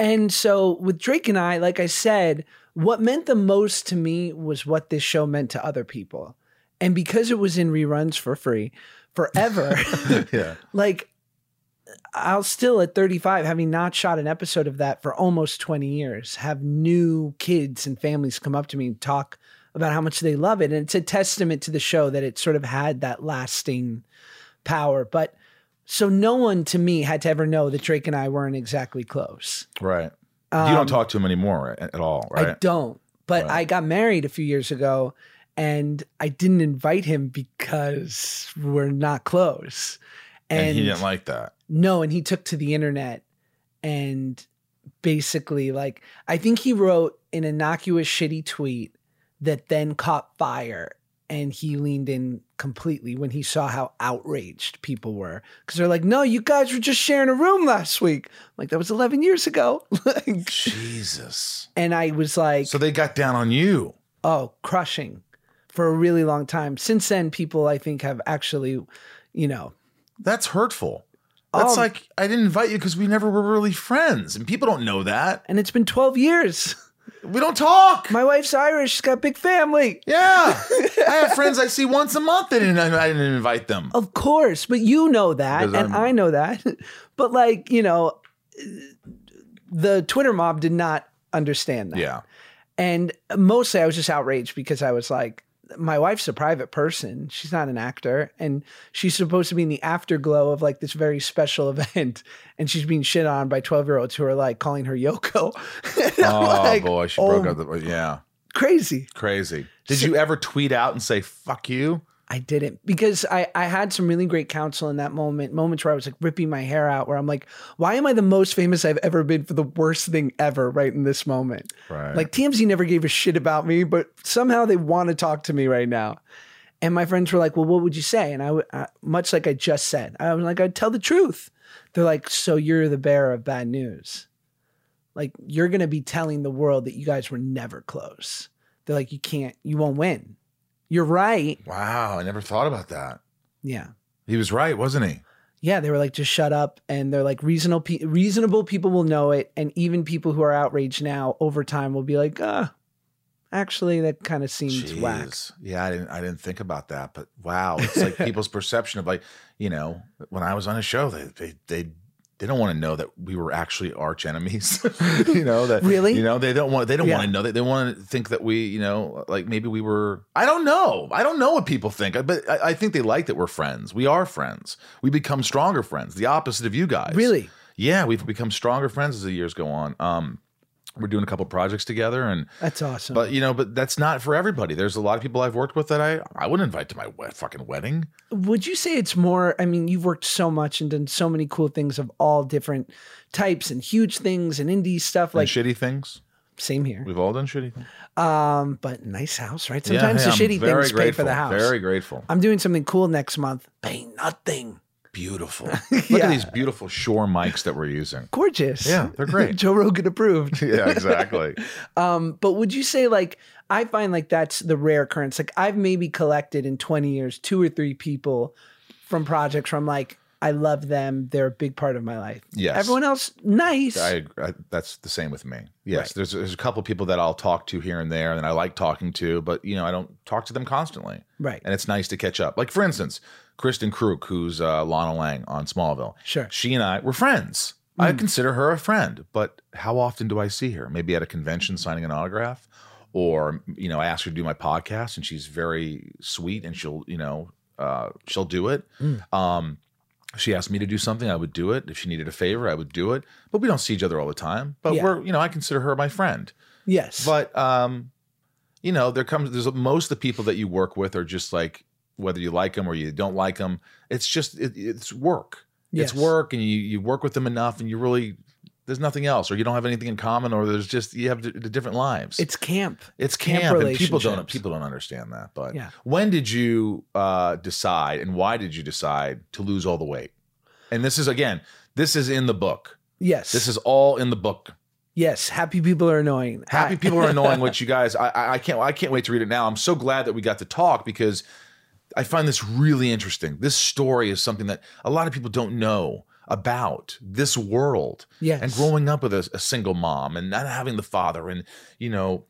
Speaker 4: And so with Drake and I, like I said, what meant the most to me was what this show meant to other people. And because it was in reruns for free forever,
Speaker 1: yeah.
Speaker 4: like I'll still at 35, having not shot an episode of that for almost 20 years, have new kids and families come up to me and talk about how much they love it. And it's a testament to the show that it sort of had that lasting power. But so no one to me had to ever know that Drake and I weren't exactly close.
Speaker 1: Right. you don't talk to him anymore at, at all,
Speaker 4: Um, I
Speaker 1: right?
Speaker 4: don't. But
Speaker 1: Right.
Speaker 4: I got married a few years ago and I didn't invite him because we're not close.
Speaker 1: And, he didn't like that.
Speaker 4: No, and he took to the internet and basically like I think he wrote an innocuous shitty tweet that then caught fire and he leaned in completely when he saw how outraged people were cuz they're like no you guys were just sharing a room last week I'm like that was 11 years ago like,
Speaker 1: Jesus.
Speaker 4: and I was like
Speaker 1: So they got down on you.
Speaker 4: oh, crushing for a really long time. Since then, people I think have actually, you know,
Speaker 1: That's hurtful. That's
Speaker 4: Um,
Speaker 1: like I didn't invite you because we never were really friends, and people don't know that.
Speaker 4: and it's been 12 years.
Speaker 1: We don't talk.
Speaker 4: My wife's Irish, she's got a big family.
Speaker 1: yeah, I have friends I see once a month, and I didn't invite them.
Speaker 4: Of course, but you know that,
Speaker 1: Because
Speaker 4: and
Speaker 1: I'm-
Speaker 4: I know that. But like, you know, the Twitter mob did not understand that.
Speaker 1: Yeah,
Speaker 4: And mostly I was just outraged because I was like, my wife's a private person. She's not an actor. And she's supposed to be in the afterglow of like this very special event. And she's being shit on by 12 year olds who are like calling her Yoko. And I'm
Speaker 1: Oh
Speaker 4: like,
Speaker 1: boy, she
Speaker 4: oh,
Speaker 1: broke up. The, yeah,
Speaker 4: Crazy.
Speaker 1: crazy. Did you ever tweet out and say "fuck you"?
Speaker 4: I didn't because I, I had some really great counsel in that moment, moments where I was like ripping my hair out, where I'm like, why am I the most famous I've ever been for the worst thing ever right in this moment?
Speaker 1: Right.
Speaker 4: Like TMZ never gave a shit about me, but somehow they want to talk to me right now. And my friends were like, well, what would you say? And I, would- I much like I just said, I was like, I'd tell the truth. They're like, so you're the bearer of bad news. Like you're going to be telling the world that you guys were never close. They're like, you can't, you won't win. You're right.
Speaker 1: Wow, I never thought about that.
Speaker 4: Yeah.
Speaker 1: He was right, wasn't he?
Speaker 4: Yeah, they were like, just shut up. And they're like, reasonable, pe- reasonable people will know it. And even people who are outraged now over time will be like, uh, actually, that kind of seems whack.
Speaker 1: Jeez. Yeah, I didn't I didn't think about that, but wow, it's like people's perception of like, you know, when I was on a show, they they they they don't want to know that we were actually arch enemies. you know that
Speaker 4: Really?
Speaker 1: You know they don't want they don't
Speaker 4: Yeah.
Speaker 1: want to know that they want to think that we you know like maybe we were I don't know I don't know what people think but I, I think they like that we're friends we are friends we become stronger friends the opposite of you guys
Speaker 4: Really?
Speaker 1: yeah we've become stronger friends as the years go on um we're doing a couple projects together and
Speaker 4: That's awesome.
Speaker 1: but you know, but that's not for everybody. There's a lot of people I've worked with that I I wouldn't invite to my we- fucking wedding.
Speaker 4: Would you say it's more? I mean, you've worked so much and done so many cool things of all different types and huge things and indie stuff. Like,
Speaker 1: and shitty things.
Speaker 4: Same here.
Speaker 1: We've all done shitty things.
Speaker 4: Um, but nice house, right? Sometimes
Speaker 1: hey,
Speaker 4: the shitty
Speaker 1: I'm very
Speaker 4: things pay for
Speaker 1: grateful,
Speaker 4: the house.
Speaker 1: Very grateful.
Speaker 4: I'm doing something cool next month. Pay nothing.
Speaker 1: Beautiful. Look at these beautiful shore mics that we're using.
Speaker 4: Gorgeous.
Speaker 1: Yeah, they're great.
Speaker 4: Joe Rogan approved.
Speaker 1: yeah, exactly.
Speaker 4: Um, but would you say like I find like that's the rare occurrence? Like I've maybe collected in 20 years two or three people from projects from like I love them. They're a big part of my life.
Speaker 1: Yes.
Speaker 4: Everyone else, nice.
Speaker 1: I, I that's the same with me. Yes, there's there's a couple people that I'll talk to here and there, and I like talking to, but you know I don't talk to them constantly,
Speaker 4: right.
Speaker 1: and it's nice to catch up. Like for instance, Kristen Krug, who's uh, Lana Lang on Smallville.
Speaker 4: Sure.
Speaker 1: she and I were friends. I consider her a friend, but how often do I see her? Maybe at a convention signing an autograph, or you know I ask her to do my podcast, and she's very sweet, and she'll you know uh, she'll do it. Um, she asked me to do something, I would do it. If she needed a favor, I would do it. But we don't see each other all the time. But
Speaker 4: Yeah.
Speaker 1: we're, you know, I consider her my friend.
Speaker 4: Yes.
Speaker 1: But um, you know, there comes there's most of the people that you work with are just like whether you like them or you don't like them. It's just it, it's work.
Speaker 4: Yes.
Speaker 1: It's work, and you you work with them enough, and you really there's nothing else, or you don't have anything in common, or there's just you have d- d- different lives.
Speaker 4: it's camp.
Speaker 1: It's
Speaker 4: Camp
Speaker 1: camp, and people don't
Speaker 4: relationships.
Speaker 1: people don't understand that. But
Speaker 4: Yeah.
Speaker 1: when did you uh, decide, and why did you decide to lose all the weight? And this is again, this is in the book.
Speaker 4: Yes.
Speaker 1: This is all in the book.
Speaker 4: yes. Happy people are annoying.
Speaker 1: Happy
Speaker 4: I-
Speaker 1: people are annoying. Which you guys, I- I, I can't I can't wait to read it now. I'm so glad that we got to talk because I find this really interesting. This story is something that a lot of people don't know about this world
Speaker 4: Yes.
Speaker 1: and growing up with a, a single mom and not having the father and you know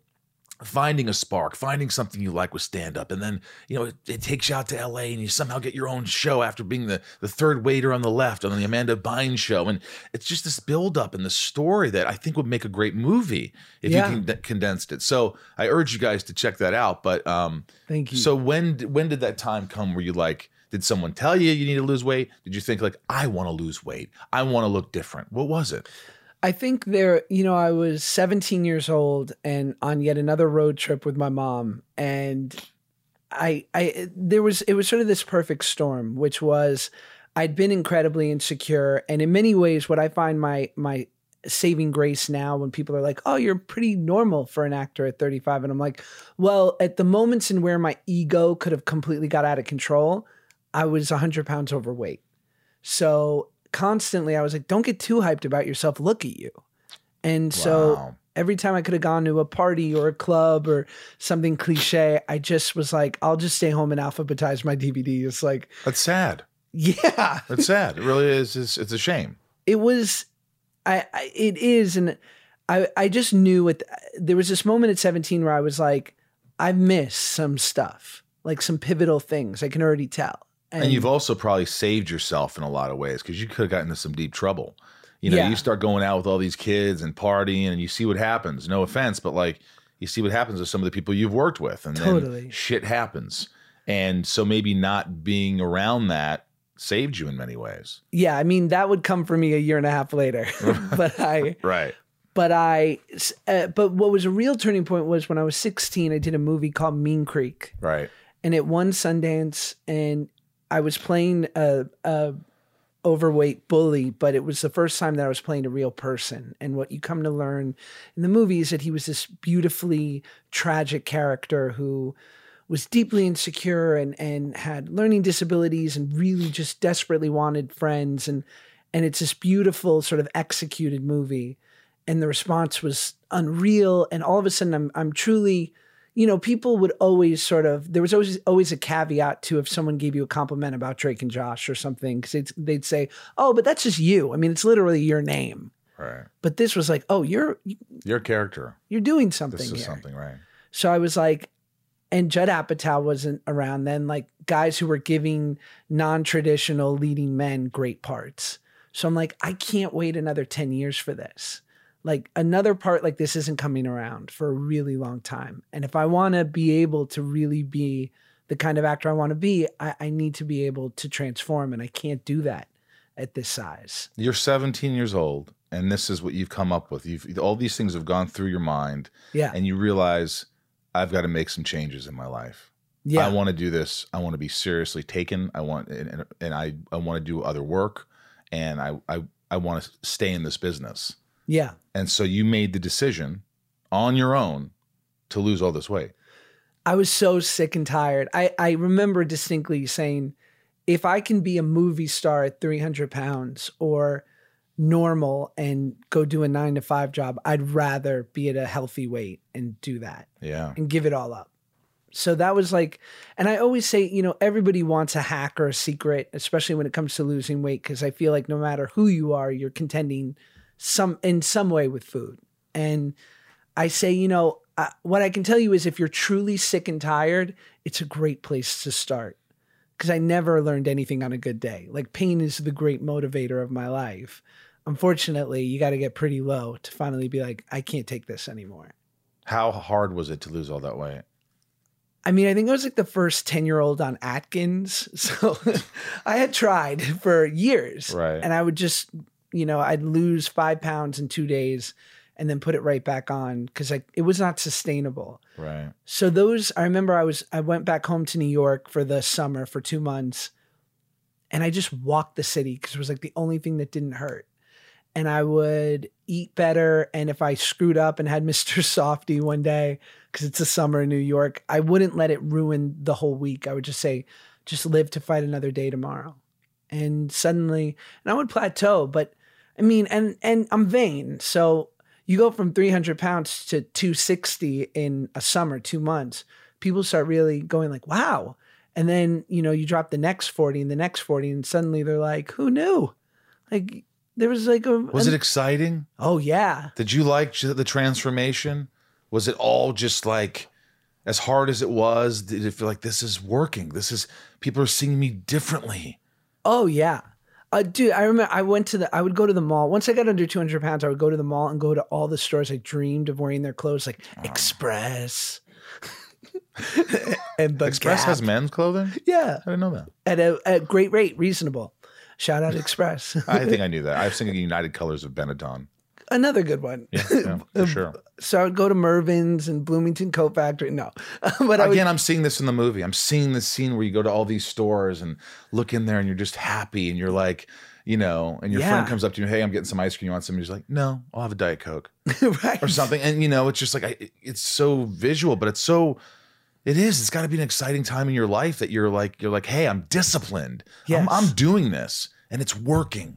Speaker 1: finding a spark finding something you like with stand up and then you know it, it takes you out to la and you somehow get your own show after being the, the third waiter on the left on the amanda bynes show and it's just this build up and this story that i think would make a great movie if
Speaker 4: Yeah.
Speaker 1: you can condensed it so i urge you guys to check that out but um
Speaker 4: Thank you.
Speaker 1: so when when did that time come where you like did someone tell you you need to lose weight did you think like i want to lose weight i want to look different what was it
Speaker 4: I think there, you know, I was 17 years old and on yet another road trip with my mom and I I there was it was sort of this perfect storm which was I'd been incredibly insecure and in many ways what I find my my saving grace now when people are like, "Oh, you're pretty normal for an actor at 35." And I'm like, "Well, at the moments in where my ego could have completely got out of control, I was 100 pounds overweight." So, constantly I was like, "Don't get too hyped about yourself. Look at you." And so
Speaker 1: Wow.
Speaker 4: every time I could have gone to a party or a club or something cliche, I just was like, I'll just stay home and alphabetize my DVDs. Like,
Speaker 1: that's sad
Speaker 4: yeah,
Speaker 1: that's sad it really is it's, it's a shame
Speaker 4: it was, I, I it is, and I, I just knew it. There was this moment at 17 where I was like, I missed some stuff, like some pivotal things. I can already tell.
Speaker 1: and, you've also probably saved yourself in a lot of ways because you could have gotten into some deep trouble you know
Speaker 4: Yeah.
Speaker 1: you start going out with all these kids and partying and you see what happens no offense but like you see what happens with some of the people you've worked with and
Speaker 4: Totally.
Speaker 1: then shit happens and so maybe not being around that saved you in many ways
Speaker 4: yeah, I mean, that would come for me a year and a half later, but I,
Speaker 1: right
Speaker 4: but I, uh, but what was a real turning point was when I was 16, I did a movie called Mean Creek.
Speaker 1: right
Speaker 4: and it won Sundance. And I was playing a, a overweight bully, but it was the first time that I was playing a real person. And what you come to learn in the movie is that he was this beautifully tragic character who was deeply insecure and and had learning disabilities and really just desperately wanted friends and and it's this beautiful sort of executed movie and the response was unreal and all of a sudden I'm I'm truly you know people would always sort of there was always always a caveat to if someone gave you a compliment about Drake and Josh or something cuz they'd, they'd say oh but that's just you I mean it's literally your name
Speaker 1: right
Speaker 4: but this was like oh you're
Speaker 1: your character
Speaker 4: you're doing something
Speaker 1: this is
Speaker 4: here.
Speaker 1: something right
Speaker 4: So I was like, and Judd Apatow wasn't around then, like guys who were giving non traditional leading men great parts. So I'm like, I can't wait another 10 years for this. Like another part like this isn't coming around for a really long time. And if I want to be able to really be the kind of actor I want to be, I, I need to be able to transform. And I can't do that at this size.
Speaker 1: you're 17 years old and this is what you've come up with you've all these things have gone through your mind
Speaker 4: Yeah.
Speaker 1: and you realize i've got to make some changes in my life
Speaker 4: Yeah.
Speaker 1: I want to do this. I want to be seriously taken. I want and, and, and I I want to do other work, and I I I want to stay in this business.
Speaker 4: yeah.
Speaker 1: And so you made the decision. on your own to lose all this weight?
Speaker 4: I was so sick and tired. I, I remember distinctly saying, if I can be a movie star at 300 pounds or normal and go do a nine to five job, I'd rather be at a healthy weight and do that
Speaker 1: Yeah.
Speaker 4: and give it all up. So that was like, and I always say, you know, everybody wants a hack or a secret, especially when it comes to losing weight, because I feel like no matter who you are, you're contending some in some way with food. And I say, you know, uh, what I can tell you is if you're truly sick and tired, it's a great place to start. Because I never learned anything on a good day. Like, pain is the great motivator of my life. Unfortunately, you got to get pretty low to finally be like, I can't take this anymore.
Speaker 1: How hard was it to lose all that weight?
Speaker 4: I mean, I think I was like the first 10 year old on Atkins. So I had tried for years.
Speaker 1: Right.
Speaker 4: And I would just, you know, I'd lose five pounds in two days and then put it right back on because it was not sustainable.
Speaker 1: Right.
Speaker 4: So those, I remember I was, I went back home to New York for the summer for two months and I just walked the city because it was like the only thing that didn't hurt. And I would eat better. And if I screwed up and had Mr. Softy one day, because it's a summer in New York, I wouldn't let it ruin the whole week. I would just say, just live to fight another day tomorrow. And suddenly, and I would plateau, but I mean, and and I'm vain. So you go from 300 pounds to 260 in a summer, two months. People start really going like, wow. And then you know you drop the next 40 and the next 40, and suddenly they're like, who knew? Like there was like a
Speaker 1: Was it exciting?
Speaker 4: oh yeah
Speaker 1: Did you like j- the transformation? Was it all just like as hard as it was? Did it feel like this is working? This is people are seeing me differently.
Speaker 4: Oh yeah. Uh, dude, I remember I went to the I would go to the mall. Once I got under 200 pounds, I would go to the mall and go to all the stores I dreamed of wearing their clothes, like
Speaker 1: Oh.
Speaker 4: Express. and the
Speaker 1: Express
Speaker 4: Gap.
Speaker 1: has men's clothing.
Speaker 4: yeah
Speaker 1: I didn't know that.
Speaker 4: at a, a great rate, reasonable. Shout out Express,
Speaker 1: I think I knew that. I've seen United Colors of Benetton.
Speaker 4: another good one.
Speaker 1: Yeah,
Speaker 4: Um,
Speaker 1: for sure.
Speaker 4: So I would go to Mervin's and Bloomington Coat Factory. No, but I would
Speaker 1: Again, I'm seeing this in the movie. I'm seeing this scene where you go to all these stores and look in there and you're just happy and you're like, you know, and your friend
Speaker 4: Yeah.
Speaker 1: comes up to you, hey, I'm getting some ice cream. You want some? And you're like, no, I'll have a Diet Coke
Speaker 4: right.
Speaker 1: or something. And, you know, it's just like, I, it's so visual, but it's so, it is. It's got to be an exciting time in your life that you're like, you're like, hey, I'm disciplined.
Speaker 4: Yes.
Speaker 1: I'm, I'm doing this and it's working.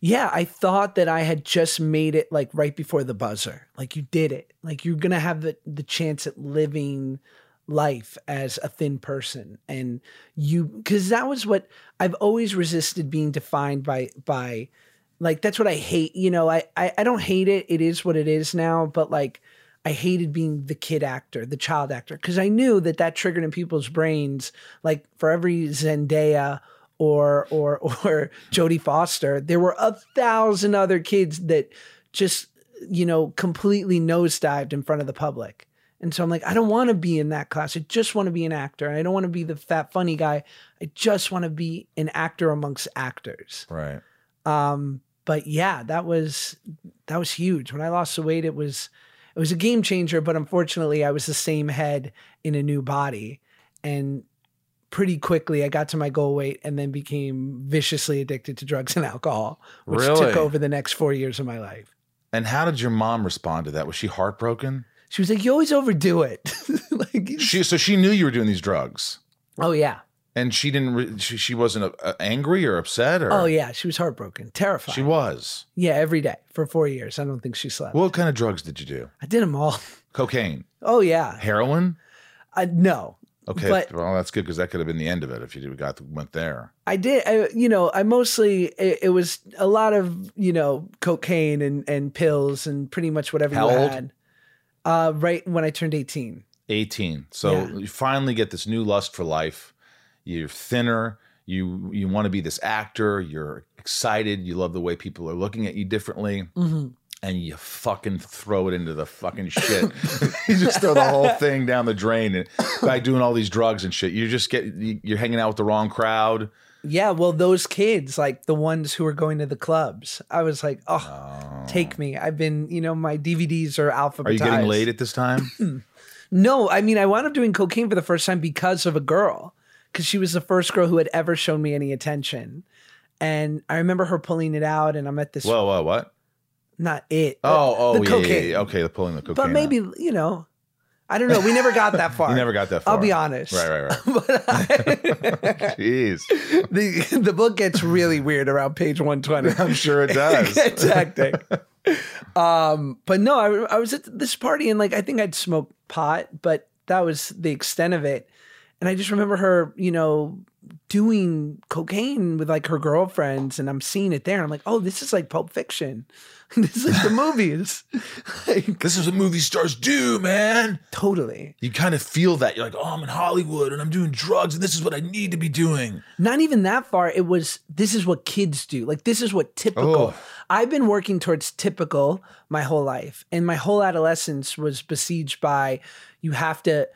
Speaker 4: Yeah, I thought that I had just made it like right before the buzzer. Like you did it. Like you're gonna have the, the chance at living life as a thin person. And you because that was what I've always resisted being defined by by like that's what I hate. You know, I, I I don't hate it. It is what it is now, but like I hated being the kid actor, the child actor, because I knew that that triggered in people's brains. Like for every Zendaya or or or Jodie Foster, there were a thousand other kids that just you know completely nosedived in front of the public. And so I'm like, I don't want to be in that class. I just want to be an actor. I don't want to be the fat funny guy. I just want to be an actor amongst actors.
Speaker 1: Right.
Speaker 4: Um, but yeah, that was that was huge. When I lost the weight, it was it was a game changer. But unfortunately, I was the same head in a new body, and pretty quickly I got to my goal weight, and then became viciously addicted to drugs and alcohol, which
Speaker 1: Really?
Speaker 4: took over the next four years of my life.
Speaker 1: And how did your mom respond to that? Was she heartbroken?
Speaker 4: She was like, "You always overdo it." like,
Speaker 1: She, so she knew you were doing these drugs.
Speaker 4: oh yeah,
Speaker 1: And she didn't. Re- she, she wasn't uh, uh, angry or upset or.
Speaker 4: oh yeah, she was heartbroken, terrified.
Speaker 1: She was.
Speaker 4: yeah, every day for four years. I don't think she slept.
Speaker 1: What kind of drugs did you do?
Speaker 4: I did them all.
Speaker 1: Cocaine,
Speaker 4: Oh yeah,
Speaker 1: heroin.
Speaker 4: I, no,
Speaker 1: Okay,
Speaker 4: But-
Speaker 1: well that's good because that could have been the end of it if you got went there.
Speaker 4: I did, I, you know, I mostly, it, it was a lot of, you know, cocaine and, and pills and pretty much whatever
Speaker 1: How
Speaker 4: you
Speaker 1: old?
Speaker 4: had. Uh, right when I turned 18.
Speaker 1: Eighteen. So
Speaker 4: Yeah.
Speaker 1: you finally get this new lust for life. You're thinner. You you want to be this actor. You're excited. You love the way people are looking at you differently. And you fucking throw it into the fucking shit. you just throw the whole thing down the drain and, by doing all these drugs and shit. You just get you- you're hanging out with the wrong crowd.
Speaker 4: Yeah. Well, those kids, like the ones who were going to the clubs, I was like, oh,
Speaker 1: Oh.
Speaker 4: take me. I've been, you know, my DVDs are alphabetized.
Speaker 1: Are you getting laid at this time?
Speaker 4: No, I mean, I wound up doing cocaine for the first time because of a girl, because she was the first girl who had ever shown me any attention. And I remember her pulling it out, and I'm at this
Speaker 1: whoa, whoa, what?
Speaker 4: not it. but
Speaker 1: Oh, oh,
Speaker 4: the
Speaker 1: yeah, yeah,
Speaker 4: cocaine.
Speaker 1: yeah, Okay, the pulling the cocaine.
Speaker 4: But
Speaker 1: out.
Speaker 4: maybe you know, I don't know. We never got that far.
Speaker 1: you never got that far.
Speaker 4: I'll be honest.
Speaker 1: Right, right, right.
Speaker 4: But I,
Speaker 1: Jeez,
Speaker 4: the the book gets really weird around page one twenty.
Speaker 1: I'm sure it does.
Speaker 4: Tactic. um, but no, I, I was at this party and like I think I'd smoked pot, but that was the extent of it. And I just remember her, you know, doing cocaine with like her girlfriends, and I'm seeing it there. And I'm like, oh, this is like Pulp Fiction. this is like the movies. like,
Speaker 1: This is what movie stars do, man.
Speaker 4: totally.
Speaker 1: You kind of feel that. You're like, oh, I'm in Hollywood and I'm doing drugs and this is what I need to be doing.
Speaker 4: Not even that far. It was this is what kids do. Like this is what
Speaker 1: Oh.
Speaker 4: typical. I've been working towards typical my whole life, and my whole adolescence was besieged by you have to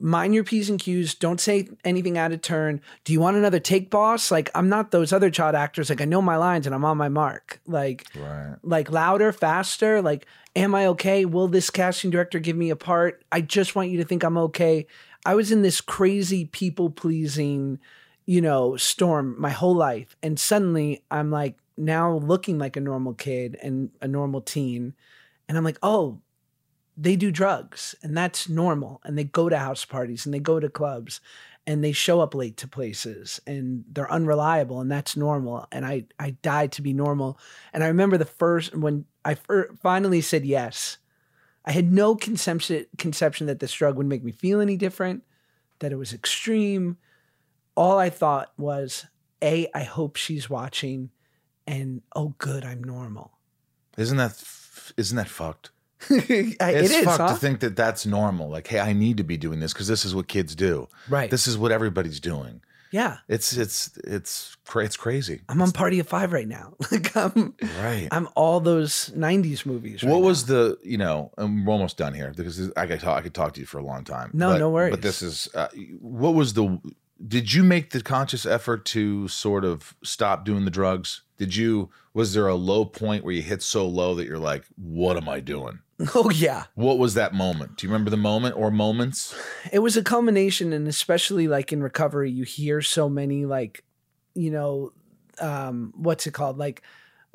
Speaker 4: mind your p's and q's. Don't say anything out of turn. Do you want another take, boss? Like I'm not those other child actors. Like I know my lines and I'm on my mark. Like
Speaker 1: Right.
Speaker 4: like louder, faster. Like, am I okay? Will this casting director give me a part? I just want you to think I'm okay. I was in this crazy people pleasing, you know, storm my whole life. And suddenly I'm like now looking like a normal kid and a normal teen. And I'm like, oh, they do drugs and that's normal. And they go to house parties and they go to clubs and they show up late to places and they're unreliable and that's normal. And I, I died to be normal. And I remember the first when I fir- finally said yes. I had no conception conception that this drug would make me feel any different, that it was extreme. All I thought was, a, I hope she's watching, and oh, good, I'm normal.
Speaker 1: Isn't that f- isn't that fucked?
Speaker 4: I-
Speaker 1: It's
Speaker 4: it is,
Speaker 1: fucked
Speaker 4: huh?
Speaker 1: to think that that's normal. Like, hey, I need to be doing this because this is what kids do.
Speaker 4: right?
Speaker 1: This is what everybody's doing.
Speaker 4: yeah,
Speaker 1: It's it's it's cra- it's crazy.
Speaker 4: I'm on Party of Five right now. like I'm,
Speaker 1: Right.
Speaker 4: I'm all those '90s movies. right
Speaker 1: What
Speaker 4: now.
Speaker 1: was the you know I'm almost done here because this- I could talk I could talk to you for a long time.
Speaker 4: No,
Speaker 1: but,
Speaker 4: no worries.
Speaker 1: But this is uh, what was the did you make the conscious effort to sort of stop doing the drugs? Did you was there a low point where you hit so low that you're like, what am I doing?
Speaker 4: Oh yeah,
Speaker 1: What was that moment? Do you remember the moment or moments?
Speaker 4: it was a culmination and especially like in recovery you hear so many like you know um what's it called like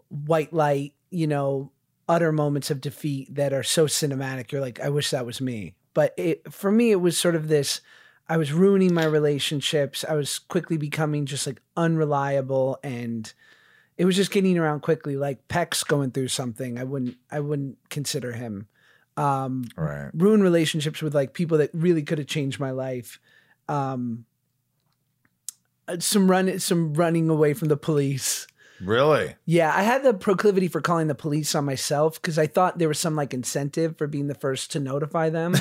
Speaker 4: white light you know utter moments of defeat that are so cinematic you're like i wish that was me but it for me it was sort of this i was ruining my relationships i was quickly becoming just like unreliable and it was just getting around quickly like peck's going through something i wouldn't i wouldn't consider him um
Speaker 1: Right.
Speaker 4: ruin relationships with like people that really could have changed my life. Um, uh, some run, some running away from the police.
Speaker 1: Really?
Speaker 4: Yeah, I had the proclivity for calling the police on myself because I thought there was some like incentive for being the first to notify them.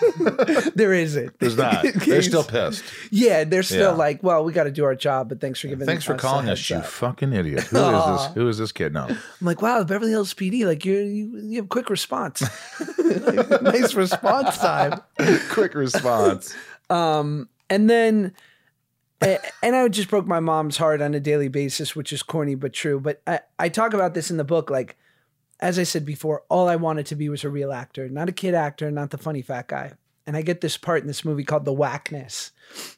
Speaker 4: there isn't.
Speaker 1: There's not. They're still pissed.
Speaker 4: Yeah, they're still
Speaker 1: Yeah.
Speaker 4: like, well, we got to do our job, but thanks for giving.
Speaker 1: Thanks for
Speaker 4: us a
Speaker 1: calling
Speaker 4: heads
Speaker 1: us, you
Speaker 4: up."
Speaker 1: fucking idiot. Who is this? Who is this kid? No.
Speaker 4: I'm like, wow, Beverly Hills PD, like you're, you you have quick response, nice response time.
Speaker 1: Quick response.
Speaker 4: Um, and then, a- and I just broke my mom's heart on a daily basis, which is corny but true. But I, I talk about this in the book. Like, as I said before, all I wanted to be was a real actor, not a kid actor, not the funny fat guy. And I get this part in this movie called The Whackness,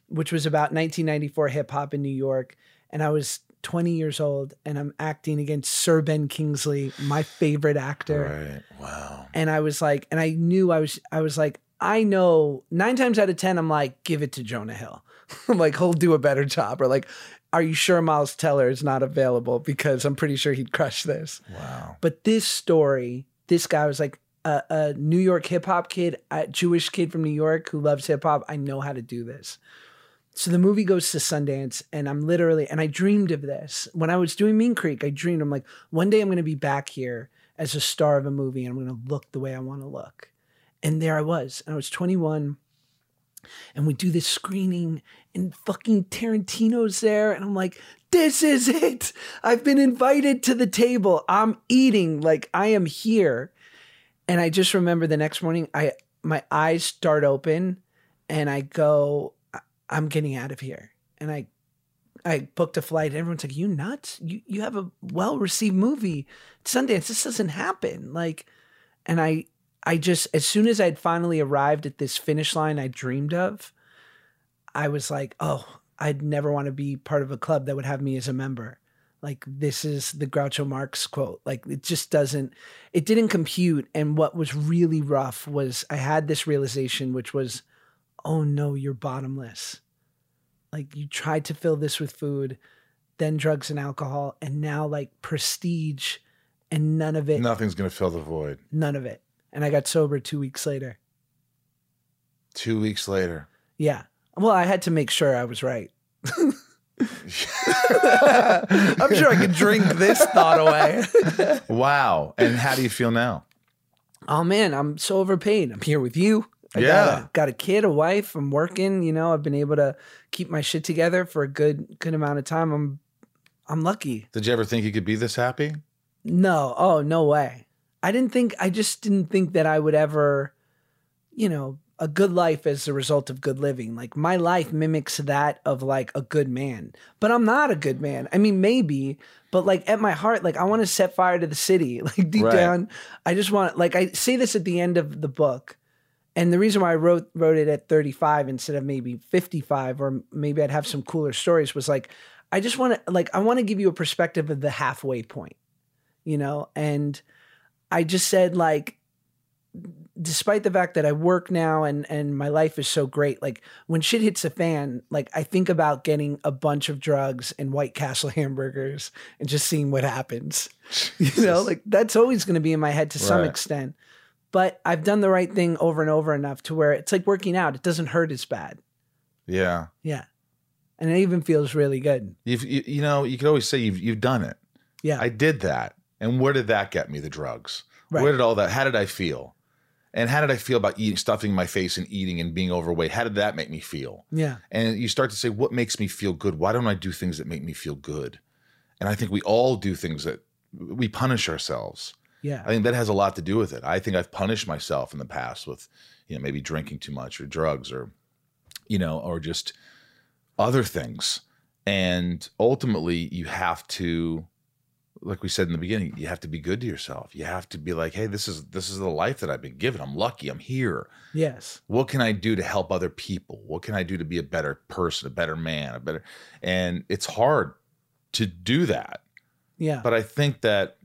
Speaker 4: which was about 1994 hip hop in New York. And I was 20 years old and I'm acting against Sir Ben Kingsley, my favorite actor
Speaker 1: Right. Wow.
Speaker 4: and I was like, and I knew I was, I was like, I know nine times out of ten, I'm like, give it to Jonah Hill. I'm like, he'll do a better job. Or like, are you sure Miles Teller is not available because I'm pretty sure he'd crush this.
Speaker 1: Wow.
Speaker 4: But this story, this guy was like a, a New York hip hop kid, a Jewish kid from New York who loves hip hop. I know how to do this. So the movie goes to Sundance, and I'm literally, and I dreamed of this when I was doing Mean Creek. I dreamed, I'm like, one day I'm going to be back here as a star of a movie, and I'm going to look the way I want to look. And there I was, and I was 21, and we do this screening, and fucking Tarantino's there, and I'm like, this is it. I've been invited to the table. I'm eating like I am here. And I just remember the next morning, I my eyes start open, and I go, "I- I'm getting out of here. And I I booked a flight. And everyone's like, you nuts? You you have a well received movie at Sundance. This doesn't happen. Like, and I I just as soon as I'd finally arrived at this finish line I dreamed of, I was like, oh, I'd never want to be part of a club that would have me as a member. like this is the Groucho Marx quote. Like it just doesn't it didn't compute. And what was really rough was I had this realization, which was, oh no, you're bottomless. Like you tried to fill this with food, then drugs and alcohol, and now like prestige and none of it
Speaker 1: Nothing's going to fill the void.
Speaker 4: none of it. And I got sober two weeks later.
Speaker 1: Two weeks later.
Speaker 4: Yeah. Well, I had to make sure I was right. I'm sure I could drink this thought away.
Speaker 1: Wow. And how do you feel now?
Speaker 4: oh man, I'm so overpaid. I'm here with you. I got
Speaker 1: Yeah.
Speaker 4: a, got a kid, a wife. I'm working. You know, I've been able to keep my shit together for a good good amount of time. I'm I'm lucky.
Speaker 1: Did you ever think you could be this happy?
Speaker 4: No, oh no way. I didn't think. I just didn't think that I would ever, you know, a good life is the result of good living. Like my life mimics that of like a good man, but I'm not a good man. I mean, maybe, but like at my heart, like I want to set fire to the city. Like deep
Speaker 1: Right.
Speaker 4: down, I just want. Like I say this at the end of the book, and the reason why I wrote wrote it at 35 instead of maybe 55 or maybe I'd have some cooler stories was like I just want to like I want to give you a perspective of the halfway point, you know, and I just said like despite the fact that I work now and and my life is so great, like when shit hits the fan, like I think about getting a bunch of drugs and White Castle hamburgers and just seeing what happens. You know, like that's always going to be in my head to some
Speaker 1: Right.
Speaker 4: extent. But I've done the right thing over and over enough to where it's like working out. It doesn't hurt as bad.
Speaker 1: Yeah.
Speaker 4: Yeah. And it even feels really good.
Speaker 1: You've, you, you know, you could always say you've, you've done it.
Speaker 4: Yeah.
Speaker 1: I did that. And where did that get me? The drugs.
Speaker 4: Right.
Speaker 1: Where did all that? How did I feel? And how did I feel about eating, stuffing my face and eating and being overweight? How did that make me feel?
Speaker 4: yeah.
Speaker 1: And you start to say, what makes me feel good? Why don't I do things that make me feel good? And I think we all do things that we punish ourselves.
Speaker 4: Yeah.
Speaker 1: I think that has a lot to do with it. I think I've punished myself in the past with, you know, maybe drinking too much or drugs or, you know, or just other things. And ultimately, you have to, like we said in the beginning, you have to be good to yourself. You have to be like, hey, this is this is the life that I've been given. I'm lucky. I'm here.
Speaker 4: yes.
Speaker 1: What can I do to help other people? What can I do to be a better person, a better man, a better? And it's hard to do that
Speaker 4: Yeah.
Speaker 1: but I think that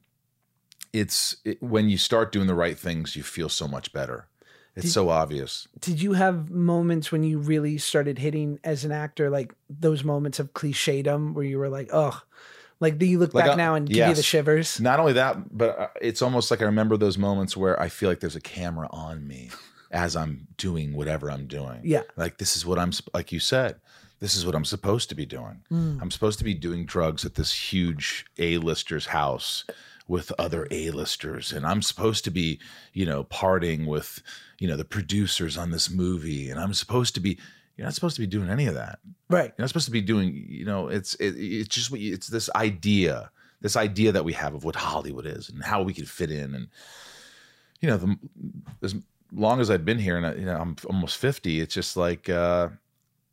Speaker 1: it's it, when you start doing the right things, you feel so much better. It's
Speaker 4: Did-
Speaker 1: so obvious.
Speaker 4: Did you have moments when you really started hitting as an actor, like those moments of clichédom where you were like, oh, like do you look
Speaker 1: Like,
Speaker 4: back
Speaker 1: uh,
Speaker 4: now and give you the
Speaker 1: yes.
Speaker 4: shivers?
Speaker 1: Not only that, but uh, it's almost like I remember those moments where I feel like there's a camera on me as I'm doing whatever I'm doing.
Speaker 4: Yeah.
Speaker 1: Like this is what I'm sp- like you said. This is what I'm supposed to be doing. I'm supposed to be doing drugs at this huge A-lister's house with other A-listers and I'm supposed to be, you know, partying with, you know, the producers on this movie and I'm supposed to be you're not supposed to be doing any of that.
Speaker 4: Right.
Speaker 1: You're not supposed to be doing, you know, it's it, it's just what you, it's this idea, this idea that we have of what Hollywood is and how we can fit in, and you know, the, as long as I've been here and I, you know I'm almost fifty, it's just like uh,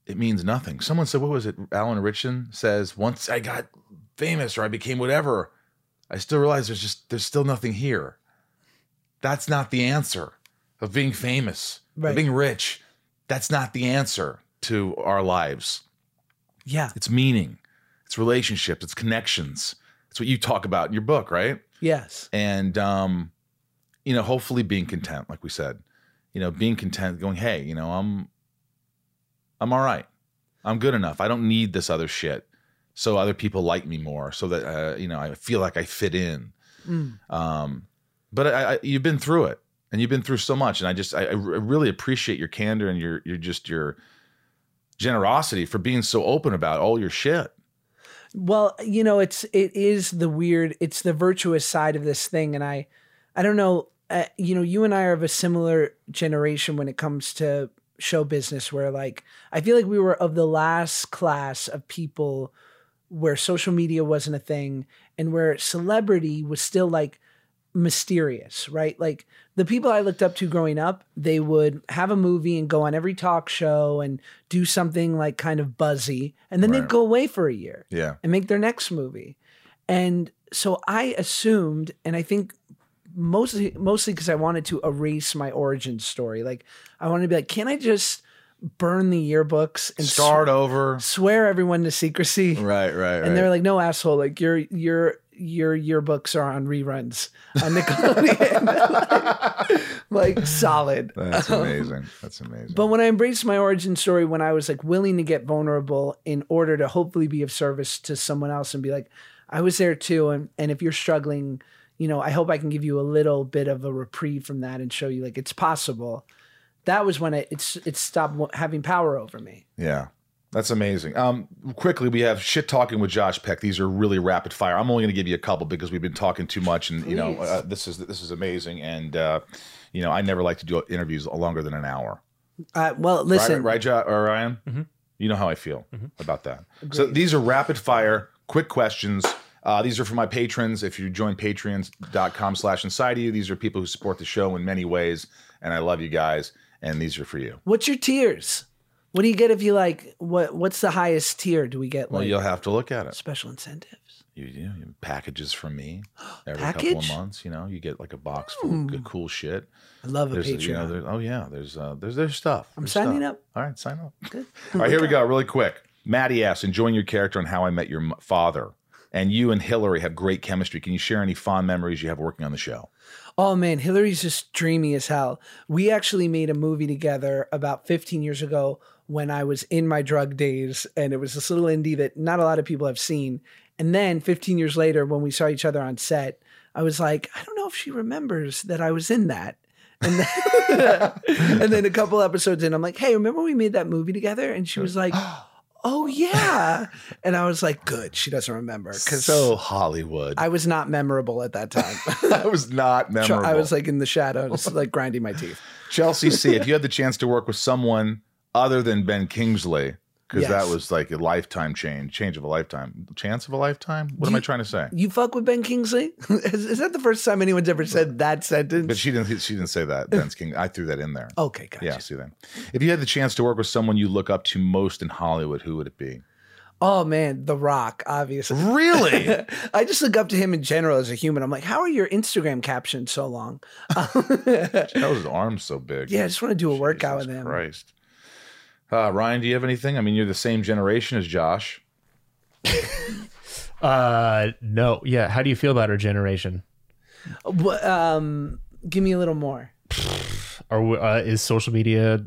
Speaker 1: it means nothing. Someone said, what was it? Alan Richson says, once I got famous or I became whatever, I still realize there's just there's still nothing here. That's not the answer of being famous,
Speaker 4: Right.
Speaker 1: of being rich. That's not the answer to our lives
Speaker 4: Yeah.
Speaker 1: it's meaning, it's relationships, it's connections. It's what you talk about in your book, right?
Speaker 4: Yes.
Speaker 1: And um, you know, hopefully being content, like we said, you know, being content, going, hey, you know, I'm, I'm all right, I'm good enough. I don't need this other shit, so other people like me more, so that uh, you know, I feel like I fit in.
Speaker 4: Mm.
Speaker 1: Um, but I, I, you've been through it, and you've been through so much, and I just, I, I re- really appreciate your candor and your, your just your generosity for being so open about all your shit.
Speaker 4: Well, you know, it's it is the weird, it's the virtuous side of this thing, and I, I don't know, uh, you know, you and I are of a similar generation when it comes to show business, where like I feel like we were of the last class of people where social media wasn't a thing and where celebrity was still like mysterious, right? Like the people I looked up to growing up, they would have a movie and go on every talk show and do something like kind of buzzy, and then they'd
Speaker 1: Right.
Speaker 4: go away for a year
Speaker 1: Yeah.
Speaker 4: and make their next movie. And so I assumed, and I think mostly mostly because I wanted to erase my origin story. Like I wanted to be like, can I just burn the yearbooks and sw-
Speaker 1: Start over.
Speaker 4: swear everyone to secrecy.
Speaker 6: Right, right, right.
Speaker 4: And they're like, "No asshole, like your your your yearbooks are on reruns on Nickelodeon." like, solid.
Speaker 1: That's amazing. That's amazing.
Speaker 4: But when I embraced my origin story, when I was like willing to get vulnerable in order to hopefully be of service to someone else and be like, I was there too. And, and if you're struggling, you know, I hope I can give you a little bit of a reprieve from that and show you like it's possible. That was when I, it's, it stopped wa- having power over me.
Speaker 1: Yeah. That's amazing. Um, quickly, we have shit talking with Josh Peck. These are really rapid fire. I'm only going to give you a couple because we've been talking too much, and you know uh, this is this is amazing. And uh, you know I never like to do interviews longer than an hour.
Speaker 4: Uh, well,
Speaker 1: Right,
Speaker 4: listen, Mm-hmm.
Speaker 1: right, right, Jo- or Ryan? You know how I feel about that. So these are rapid fire, quick questions. Uh, these are for my patrons. If you join patreon.com slash inside of you, these are people who support the show in many ways. And I love you guys. And these are for you.
Speaker 4: what's your tiers? What do you get if you like, what, what's the highest tier? Do we get
Speaker 1: Well,
Speaker 4: like
Speaker 1: you'll have to look at it.
Speaker 4: special incentives?
Speaker 1: You, you, you- packages from me every couple
Speaker 4: Package?
Speaker 1: of months. You know, you get like a box full of good, cool shit.
Speaker 4: I love a
Speaker 1: There's,
Speaker 4: Patreon.
Speaker 1: you know, there- oh yeah, there's uh, there's there's stuff.
Speaker 4: I'm
Speaker 1: There's
Speaker 4: signing
Speaker 1: stuff.
Speaker 4: up.
Speaker 1: All right, sign up.
Speaker 4: Good.
Speaker 1: All right, here we go, really quick. Maddie asks, enjoying your character on How I Met Your M- Father, and you and Hillary have great chemistry. Can you share any fond memories you have working on the show?
Speaker 4: Oh man, Hillary's just dreamy as hell. We actually made a movie together about 15 years ago when I was in my drug days, and it was this little indie that not a lot of people have seen. And then 15 years later, when we saw each other on set, I was like, I don't know if she remembers that I was in that. And then, and then a couple episodes in, I'm like, hey, remember we made that movie together? And she was like, oh, yeah. And I was like, good, she doesn't remember. Because
Speaker 1: So Hollywood.
Speaker 4: I was not memorable at that time.
Speaker 1: That was not memorable.
Speaker 4: I was like in the shadows, like grinding my teeth.
Speaker 1: Chelsea C, if you had the chance to work with someone other than Ben Kingsley, because that
Speaker 4: Yes.
Speaker 1: was like a lifetime change, change of a lifetime, chance of a lifetime. What am I trying to say?
Speaker 4: You fuck with Ben Kingsley? is, is that the first time anyone's ever said that sentence?
Speaker 1: But she didn't. She didn't say that. Ben King. I threw that in there.
Speaker 4: okay, gotcha.
Speaker 1: Yeah, see then. If you had the chance to work with someone you look up to most in Hollywood, who would it be?
Speaker 4: Oh man, The Rock, obviously.
Speaker 1: Really?
Speaker 4: I just look up to him in general as a human. I'm like, how are your Instagram captions so long?
Speaker 1: That was his arms so big.
Speaker 4: Yeah, I just want to do a workout
Speaker 1: Jesus
Speaker 4: with him.
Speaker 1: Christ. Uh, Ryan, do you have anything? I mean, you're the same generation as Josh.
Speaker 2: Uh, no. Yeah. How do you feel about our generation?
Speaker 4: Wh- Um, give me a little more.
Speaker 2: Are we, uh, is social media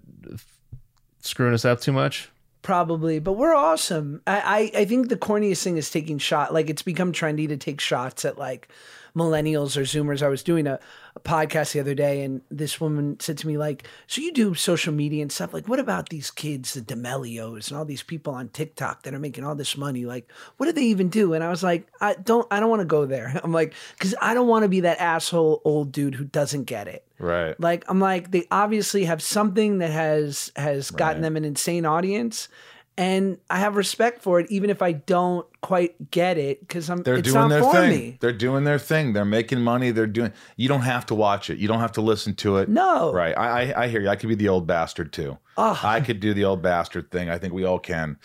Speaker 2: screwing us up too much?
Speaker 4: Probably, but we're awesome. I, I I think the corniest thing is taking shot. Like it's become trendy to take shots at like millennials or Zoomers. I was doing a, a podcast the other day, and this woman said to me like, "So you do social media and stuff? Like, what about these kids, the Demelios, and all these people on TikTok that are making all this money? Like, what do they even do?" And I was like, "I don't. I don't want to go there. I'm like, because I don't want to be that asshole old dude who doesn't get it."
Speaker 1: Right.
Speaker 4: Like I'm like they obviously have something that has has gotten them an insane audience, and I have respect for it, even if I don't quite get it because I'm
Speaker 1: They're
Speaker 4: it's
Speaker 1: doing
Speaker 4: not
Speaker 1: their
Speaker 4: for
Speaker 1: thing.
Speaker 4: me.
Speaker 1: They're doing their thing. They're making money. They're doing. You don't have to watch it. You don't have to listen to it.
Speaker 4: No, Ah.
Speaker 1: Right. I I, I hear you. I could be the old bastard too.
Speaker 4: Ugh.
Speaker 1: I could do the old bastard thing. I think we all can.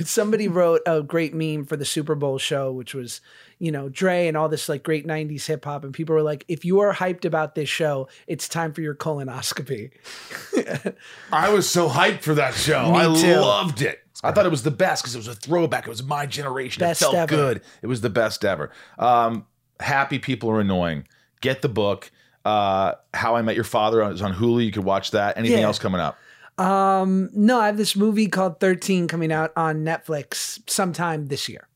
Speaker 4: Somebody wrote a great meme for the Super Bowl show, which was, you know, Dre and all this like great '90s hip hop, and people were like, "If you are hyped about this show, it's time for your colonoscopy."
Speaker 1: I was so hyped for that show. I
Speaker 4: too.
Speaker 1: loved it. I thought it was the best because it was a throwback. It was my generation.
Speaker 4: Best
Speaker 1: it felt
Speaker 4: ever.
Speaker 1: good. It was the best ever. Um, happy people are annoying. Get the book. Uh, How I Met Your Father is on Hulu. You could watch that. Anything
Speaker 4: Yeah.
Speaker 1: else coming up?
Speaker 4: Um, no, I have this movie called Thirteen coming out on Netflix sometime this year.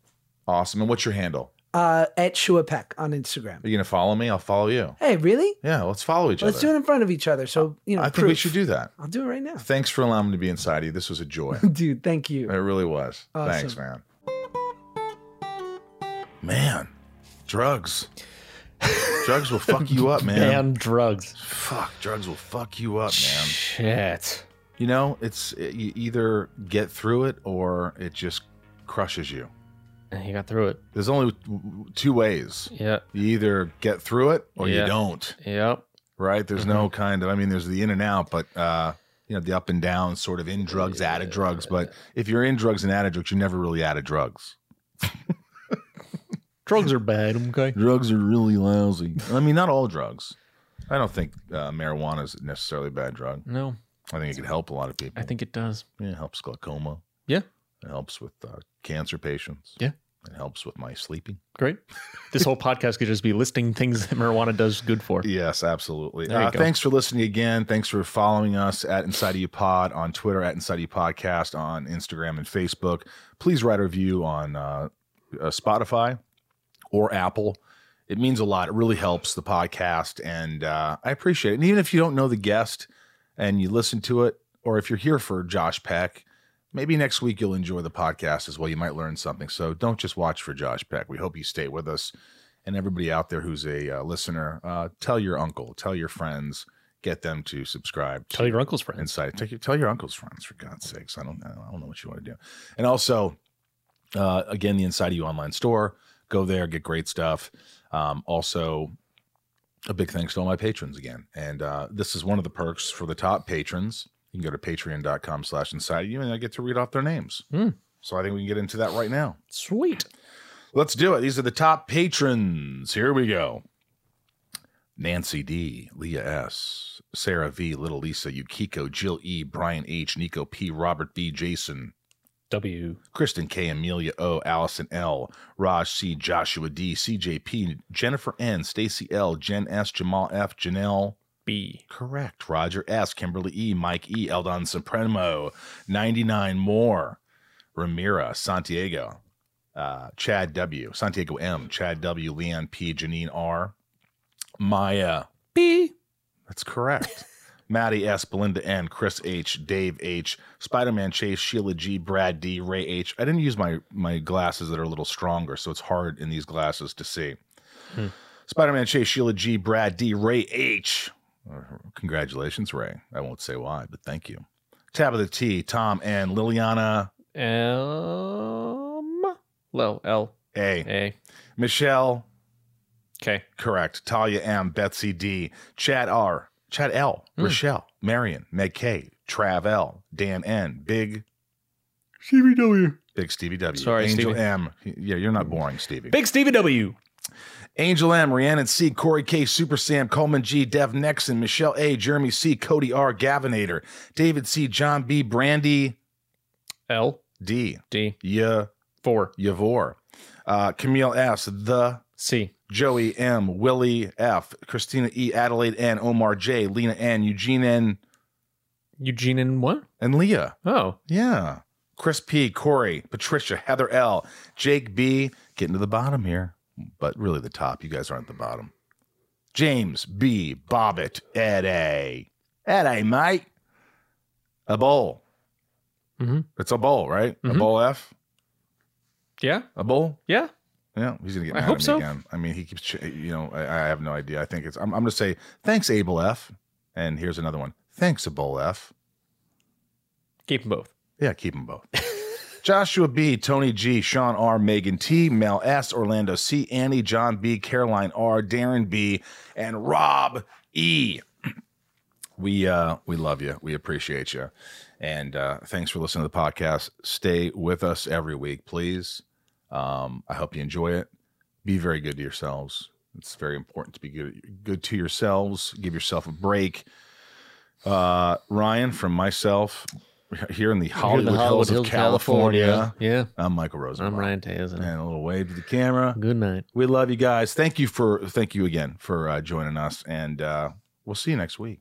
Speaker 1: Awesome. And what's your handle?
Speaker 4: Uh, at Shua Peck on Instagram.
Speaker 1: Are you gonna follow me? I'll follow you.
Speaker 4: Hey, really?
Speaker 1: Yeah, let's follow each
Speaker 4: Let's
Speaker 1: other.
Speaker 4: do it in front of each other. So you know,
Speaker 1: I think we
Speaker 4: proof.
Speaker 1: should do that.
Speaker 4: I'll do it right now,
Speaker 1: Thanks for allowing me to be inside of you. This was a joy.
Speaker 4: dude. Thank you.
Speaker 1: It really was.
Speaker 4: Awesome.
Speaker 1: Thanks, man. Man, drugs. drugs will fuck you up, man.
Speaker 2: And drugs.
Speaker 1: Fuck, drugs will fuck you up, man.
Speaker 2: Shit.
Speaker 1: You know, it's you either get through it or it just crushes you.
Speaker 2: And he got through it.
Speaker 1: There's only w- w- two ways.
Speaker 2: Yeah.
Speaker 1: You either get through it or you
Speaker 2: Yeah.
Speaker 1: don't,
Speaker 2: Yep.
Speaker 1: right? There's no kind of I mean there's the in and out, but uh you know, the up and down sort of in drugs, out of drugs, but if you're in drugs and out of drugs, you're never really out of drugs.
Speaker 2: Drugs are bad. Okay.
Speaker 1: Drugs are really lousy. I mean, not all drugs. I don't think uh, marijuana is necessarily a bad drug.
Speaker 2: No.
Speaker 1: I think it could help a lot of people.
Speaker 2: I think it does.
Speaker 1: Yeah, it helps glaucoma.
Speaker 2: Yeah.
Speaker 1: It helps with uh, cancer patients.
Speaker 2: Yeah.
Speaker 1: It helps with my sleeping.
Speaker 2: Great. This whole podcast could just be listing things that marijuana does good for.
Speaker 1: Yes, absolutely.
Speaker 2: you
Speaker 1: Uh,
Speaker 2: go.
Speaker 1: thanks for listening again. Thanks for following us at Inside of You Pod on Twitter, at Inside of You Podcast on Instagram and Facebook. Please write a review on uh, uh, Spotify or Apple. It means a lot. It really helps the podcast, and uh, I appreciate it. And even if you don't know the guest and you listen to it, or if you're here for Josh Peck, maybe next week you'll enjoy the podcast as well. You might learn something. So don't just watch for Josh Peck. We hope you stay with us and everybody out there who's a uh, listener, uh, tell your uncle, tell your friends, get them to subscribe.
Speaker 2: Tell
Speaker 1: To
Speaker 2: your uncle's friends.
Speaker 1: Insight. Take your, tell your uncle's friends for God's sakes. I don't. I don't know what you want to do. And also, uh, again, the Inside of You online store. Go there, get great stuff. Um, also, a big thanks to all my patrons again. And uh, this is one of the perks for the top patrons. You can go to patreon.com slash inside of you and I get to read off their names. So I think we can get into that right now.
Speaker 2: Sweet.
Speaker 1: Let's do it. These are the top patrons. Here we go. Nancy D, Leah S, Sarah V, Little Lisa, Yukiko, Jill E, Brian H, Nico P, Robert B, Jason,
Speaker 2: W.
Speaker 1: Kristen K, Amelia O, Allison L, Raj C, Joshua D, CJP, Jennifer N, Stacy L, Jen S, Jamal F, Janelle
Speaker 2: B.
Speaker 1: Correct. Roger S, Kimberly E, Mike E, Eldon Supremo, 99 more. Ramira, Santiago, uh, Chad W, Santiago M, Chad W, Leon P, Janine R, Maya P. That's correct. Maddie S, Belinda N, Chris H, Dave H, Spider Man Chase, Sheila G, Brad D, Ray H. I didn't use my my glasses that are a little stronger, so it's hard in these glasses to see. Spider Man Chase, Sheila G, Brad D, Ray H. Congratulations, Ray. I won't say why, but thank you. Tabitha T, Tom and Liliana
Speaker 2: M. Low. L.
Speaker 1: A,
Speaker 2: A.
Speaker 1: Michelle,
Speaker 2: K.
Speaker 1: correct. Talia M, Betsy D, Chad R, Chad L,
Speaker 2: Hmm.
Speaker 1: Rochelle, Marion, Meg K, Trav L, Dan N, Big
Speaker 2: Stevie W.
Speaker 1: Big Stevie W,
Speaker 2: Sorry,
Speaker 1: Angel
Speaker 2: Stevie.
Speaker 1: M. Yeah, you're not boring, Stevie.
Speaker 2: Big Stevie W.
Speaker 1: Angel M, Rhiannon C, Corey K, Super Sam, Coleman G, Dev Nexon, Michelle A, Jeremy C, Cody R, Gavinator, David C, John B, Brandy
Speaker 2: L.
Speaker 1: D,
Speaker 2: D.
Speaker 1: Yeah,
Speaker 2: 4.
Speaker 1: Yavor, uh, Camille S, The
Speaker 2: C.
Speaker 1: Joey M, Willie F, Christina E, Adelaide N, Omar J, Lena N, Eugene N,
Speaker 2: Eugene and what?
Speaker 1: and Leah.
Speaker 2: Oh.
Speaker 1: Yeah. Chris P, Corey, Patricia, Heather L, Jake B, getting to the bottom here, but really the top. You guys aren't at the bottom. James B, Bobbitt, Ed A, Ed A, mate. A bowl.
Speaker 2: Mhm.
Speaker 1: It's a bowl, right?
Speaker 2: Mhm.
Speaker 1: A bowl F,
Speaker 2: Yeah.
Speaker 1: a bowl.
Speaker 2: Yeah.
Speaker 1: Yeah, he's gonna get
Speaker 2: I
Speaker 1: mad
Speaker 2: hope
Speaker 1: at me
Speaker 2: so.
Speaker 1: again. I mean, he keeps, ch- you know, I, I have no idea. I think it's. I'm, I'm gonna say thanks, Abel F. And here's another one. Thanks, Abel F.
Speaker 2: Keep them both.
Speaker 1: Yeah, keep them both. Joshua B, Tony G, Sean R, Megan T, Mel S, Orlando C, Annie, John B, Caroline R, Darren B, and Rob E. We uh we love you. We appreciate you. And uh thanks for listening to the podcast. Stay with us every week, please. Um I hope you enjoy it. Be very good to yourselves. It's very important to be good good to yourselves. Give yourself a break. Uh Ryan from myself here in the Hollywood, Hills, of California.
Speaker 2: Yeah.
Speaker 1: I'm Michael Rosenbaum.
Speaker 2: I'm Ryan Tazen.
Speaker 1: And a little wave to the camera.
Speaker 2: Good night.
Speaker 1: We love you guys. Thank you for thank you again for uh, joining us, and uh, we'll see you next week.